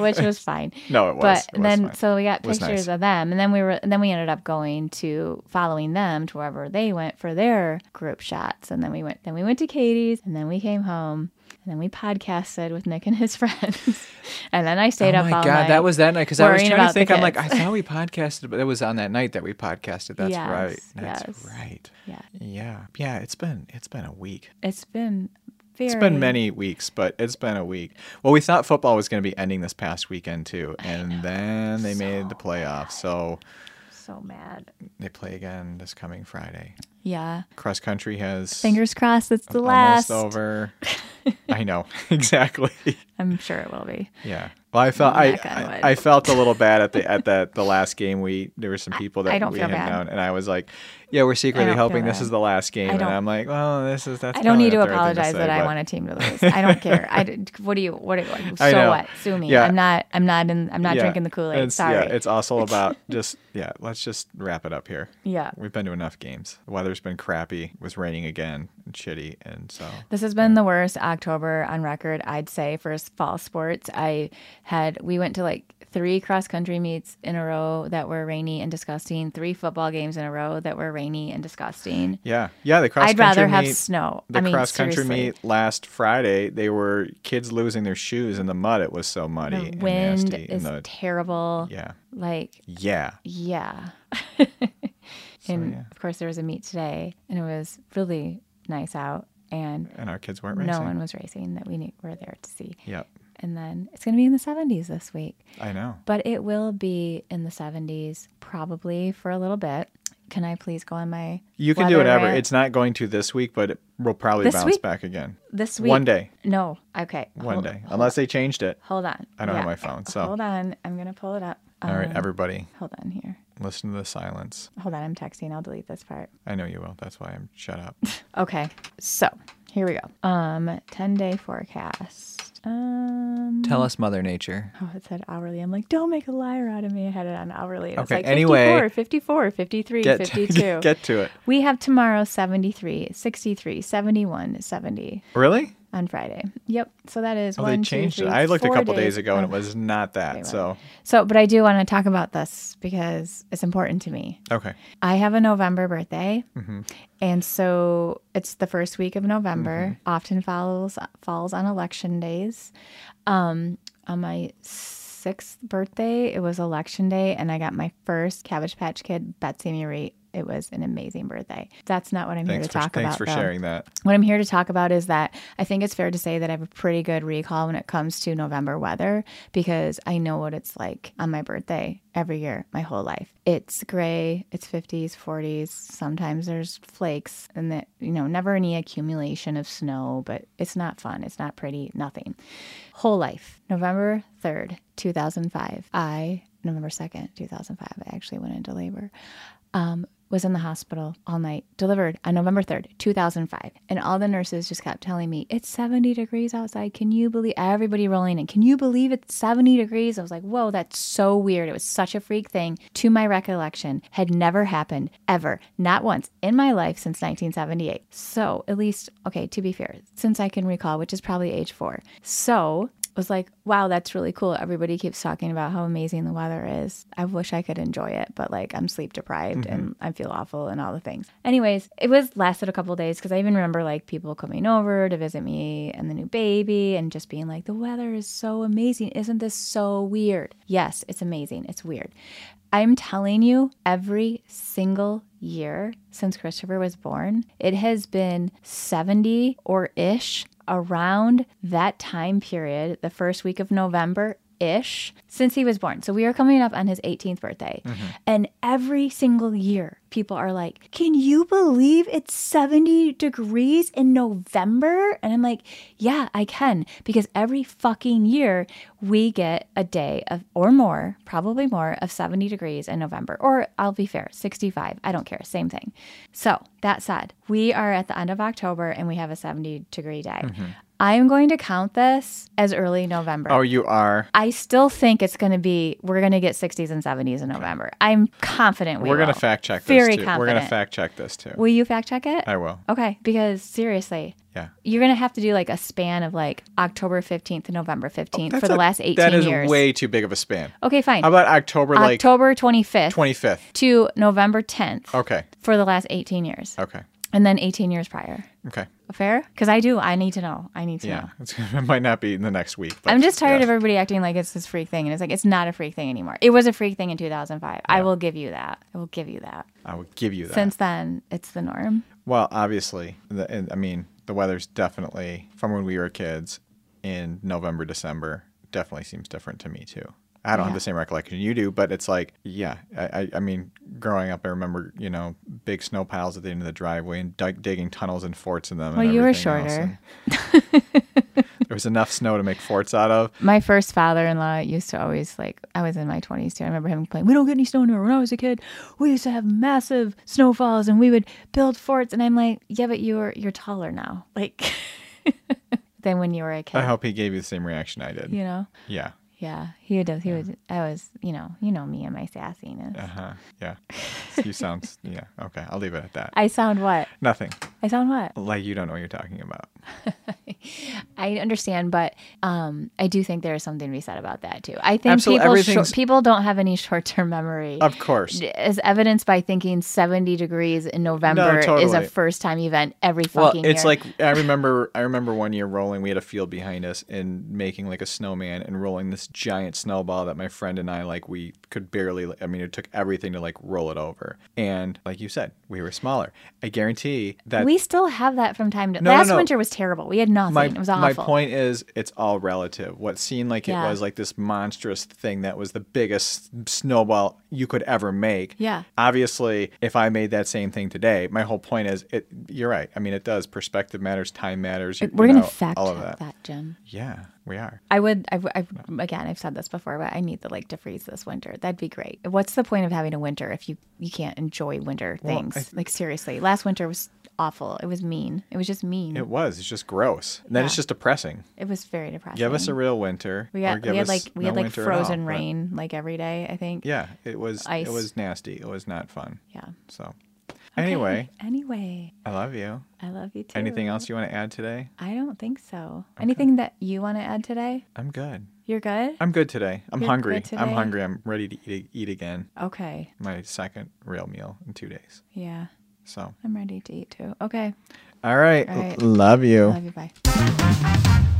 B: which was fine.
A: No, it was.
B: But
A: It was
B: then,
A: fine.
B: so we got
A: was
B: pictures
A: nice.
B: of them, and then we were, and then we ended up going to following them to wherever they went for their group shots, and then we went, then we went to Katie's, and then we came home, and then we podcasted with Nick and his <laughs> friends, and then I stayed
A: oh
B: up
A: my
B: all
A: god,
B: night.
A: that was that night because I was
B: worrying
A: trying to
B: about the
A: think. I'm like, I
B: kids.
A: thought we podcasted, but it was on that night that we podcasted. That's
B: Yes,
A: right. That's
B: yes.
A: right.
B: yeah.
A: Yeah, yeah. It's been it's been a week.
B: It's been very.
A: It's been many weeks, but it's been a week. Well, we thought football was going to be ending this past weekend too, and then they made the playoffs. So
B: So mad.
A: they play again this coming Friday.
B: Yeah.
A: Cross country has
B: Fingers crossed. It's the
A: almost
B: last. <laughs>
A: over. I know <laughs> exactly.
B: I'm sure it will be.
A: Yeah. Well, I felt I,
B: Knock on wood.
A: I I felt a little bad at the at the the last game. We there were some people that
B: I don't
A: we
B: feel
A: had
B: bad.
A: known, and I was like, "Yeah, we're secretly
B: don't feel
A: hoping this
B: bad.
A: is the last game."
B: I
A: And
B: don't-
A: I'm like, "Well, this is that's."
B: I don't need to
A: probably not the right thing
B: apologize
A: say,
B: that I
A: but-
B: want a team to lose.
A: <laughs>
B: I don't care. I did- what do you what do you, so
A: I know.
B: what? Sue me.
A: Yeah.
B: I'm not I'm not in I'm not
A: Yeah.
B: drinking the Kool-Aid.
A: It's-
B: Sorry.
A: Yeah, it's
B: <laughs>
A: also about just yeah. Let's just wrap it up here.
B: Yeah.
A: We've been to enough games. The weather's been crappy. It was raining again and shitty, and so
B: This has been the worst October on record, I'd say, for s- fall sports. I had we went to like three cross country meets in a row that were rainy and disgusting, three football games in a row that were rainy and disgusting.
A: yeah, yeah. The cross
B: I'd rather have
A: meet,
B: snow.
A: the
B: I mean,
A: cross country
B: seriously.
A: meet last Friday. They were kids losing their shoes in the mud. It was so muddy
B: The
A: and
B: wind
A: nasty. and
B: is
A: the-
B: terrible.
A: yeah,
B: Like
A: yeah.
B: Yeah. <laughs> and
A: yeah.
B: of course, there was a meet today, and it was really nice out, and
A: And our kids weren't racing.
B: no one was racing that we knew were there to see.
A: Yep,
B: And then it's going to be in the 70s this week,
A: I know.
B: but it will be in the 70s probably for a little bit. Can I please go on my
A: You can do
B: weather
A: whatever.
B: rant?
A: It's not going to this week, but it will probably
B: This
A: bounce
B: week?
A: back again.
B: this week. Oh.
A: One day,
B: No. Okay.
A: one
B: hold,
A: day, unless they changed it.
B: Hold on.
A: I don't have my phone, so-
B: hold on. I'm going to pull it up.
A: All right,
B: Um,
A: everybody,
B: Hold on here.
A: listen to the silence.
B: Hold on. I'm texting. I'll delete this part.
A: I know you will. That's why I'm shut up.
B: Okay, so here we go. Um, ten day forecast. Um,
A: <laughs> Tell us, Mother Nature.
B: oh, it said hourly. I'm like, don't make a liar out of me. I had it on hourly. It's
A: Okay,
B: like
A: anyway.
B: 54, 54, 53,
A: Get,
B: 52.
A: get to <laughs> it.
B: we have tomorrow 73, 63, 71, 70
A: Really?
B: on Friday. Yep. So that is
A: Oh,
B: one,
A: they
B: two,
A: changed it.
B: three,
A: I looked a
B: four
A: couple
B: days Oh.
A: days ago and it was not that. So,
B: So, but I do want to talk about this because it's important to me.
A: okay.
B: I have a November birthday,
A: Mm-hmm.
B: and so it's the first
A: Mm-hmm.
B: week of November. Often falls falls on election days. Um, on my sixth birthday. It was election day, and I got my first Cabbage Patch Kid Betsy Marie. It was an amazing birthday. That's not what I'm
A: Thanks
B: here to
A: for
B: talk
A: thanks
B: about.
A: for
B: though.
A: sharing that.
B: What I'm here to talk about is that I think it's fair to say that I have a pretty good recall when it comes to November weather because I know what it's like on my birthday every year, my whole life. It's gray, it's 50s, 40s. Sometimes there's flakes and that, you know, never any accumulation of snow, but it's not fun. It's not pretty, nothing. Whole life, November 3rd, 2005. I, November 2nd, 2005, I actually went into labor um, was in the hospital all night, delivered on November 3rd, 2005. And all the nurses just kept telling me, It's 70 degrees outside. Can you believe? Everybody rolling in. Can you believe it's 70 degrees? I was like, Whoa, that's so weird. It was such a freak thing to my recollection, had never happened ever, not once in my life since 1978. So, at least, okay, to be fair, since I can recall, which is probably age four. So, was like, wow, that's really cool. Everybody keeps talking about how amazing the weather is. I wish I could enjoy it, but like I'm sleep deprived and I feel awful and all the things. Anyways, it was lasted a couple days because I even remember like people coming over to visit me and the new baby and just being like, the weather is so amazing. Isn't this so weird? Yes, it's amazing. It's weird. I'm telling you, every single year since Christopher was born, it has been 70 or ish around that time period, the first week of November ish, since he was born. So we are coming up on his 18th birthday. And every single year, people are like, Can you believe it's 70 degrees in November? And I'm like, Yeah, I can. Because every fucking year, we get a day of, or more, probably more, of 70 degrees in November. Or I'll be fair, 65. I don't care. Same thing. So that said, we are at the end of October and we have a 70 degree day. I'm going to count this as early November.
A: Mm-hmm. Oh, you are.
B: I still think it's going to be we're going to get 60s and 70s in November. I'm confident we
A: We're gonna
B: will.
A: fact check this
B: Very
A: too. We're gonna
B: confident.
A: fact check this too.
B: Will you fact check it?
A: I will.
B: okay, because seriously,
A: Yeah.
B: you're going to have to do like a span of like October 15th to November 15th for the
A: a-
B: last 18
A: That is
B: years.
A: way too big of a span.
B: okay, fine.
A: How about October like
B: October 25th
A: twenty fifth?
B: to November 10th
A: Okay.
B: for the last 18 years
A: Okay.
B: and then 18 years prior.
A: Okay.
B: Fair? Cuz I do. I need to know. I need to know.
A: Yeah. It's, <laughs> it might not be in the next week. But
B: I'm just tired
A: yeah.
B: of everybody acting like it's this freak thing, and it's like it's not a freak thing anymore. It was a freak thing in 2005. I will give you that. I will give you that.
A: I would give you that.
B: Since then, it's the norm.
A: Well, obviously, the, and, I mean, the weather's definitely from when we were kids in November, December. Definitely seems different to me too. I don't have
B: Yeah.
A: the same recollection you do, but it's like, yeah. I, I, I mean, growing up, I remember you know big snow piles at the end of the driveway and dig- digging tunnels and forts in them.
B: Well,
A: and
B: you were
A: everything else,
B: shorter. <laughs>
A: and there was enough snow to make forts out of.
B: My first father-in-law used to always like I was in my 20s too. I remember him complaining, "We don't get any snow in here." When I was a kid, we used to have massive snowfalls, and we would build forts. And I'm like, "Yeah, but you're you're taller now, <laughs> like than when you were a
A: I
B: kid."
A: hope he gave you the same reaction I did.
B: You know?
A: Yeah.
B: Yeah, he does. He was. I was. You know. You know me and my sassiness.
A: Uh huh.
B: <laughs>
A: Yeah. you sound. Yeah. Okay. I'll leave it at that.
B: I sound what?
A: Nothing.
B: I sound what?
A: Like you don't know what you're talking about.
B: I understand, but um, I do think there is something to be said about that too. I think
A: Absolute-
B: people shor-
A: everything's-
B: people don't have any short term memory,
A: Of course.
B: as evidenced by thinking seventy degrees in November is a
A: totally.
B: first time event every
A: Well,
B: fucking
A: it's
B: year.
A: like I remember. I remember one year rolling. We had a field behind us and making like a snowman and rolling this giant snowball that my friend and I like. We could barely. I mean, it took everything to like roll it over. And like you said, we were smaller. I guarantee that
B: we still have that from time to
A: No, no,
B: last
A: no.
B: winter was terrible. We had nothing.
A: my
B: it was
A: my
B: awful.
A: point is it's all relative. What seemed like
B: Yeah.
A: it was like this monstrous thing that was the biggest s- snowball you could ever make.
B: Yeah.
A: Obviously, if I made that same thing today, my whole point is it. You're right. I mean, it does. Perspective matters. Time matters. you-
B: We're
A: you
B: gonna
A: know,
B: fact
A: all of
B: check
A: that.
B: that, Jim.
A: Yeah, we are.
B: I would, I, w- I w- again, I've said this before, but I need the lake to freeze this winter. That'd be great. What's the point of having a winter if you you can't enjoy winter things? like seriously, last winter was awful. It was mean. It was just mean.
A: It was. It's just gross. And then it's just depressing.
B: It was very depressing.
A: Give us a real winter.
B: Mm-hmm. we
A: or
B: got
A: give
B: we had
A: us
B: like we
A: no
B: had like
A: winter at all,
B: frozen
A: but-
B: rain like every day. I think.
A: Yeah, it was.
B: Ice.
A: It was nasty. It was not fun.
B: Yeah.
A: So, anyway,
B: Okay. Anyway,
A: I love you.
B: I love you too.
A: Anything else you want to add today?
B: I don't think so. Anything that you want to add today?
A: I'm good.
B: You're good.
A: I'm good today. I'm
B: You're
A: hungry.
B: good
A: I'm
B: today?
A: hungry. I'm ready to eat, eat again.
B: Okay.
A: My second real meal in two days.
B: Yeah.
A: So,
B: I'm ready to eat too. Okay.
A: all right.
B: All right.
A: Love you.
B: Love you. Bye.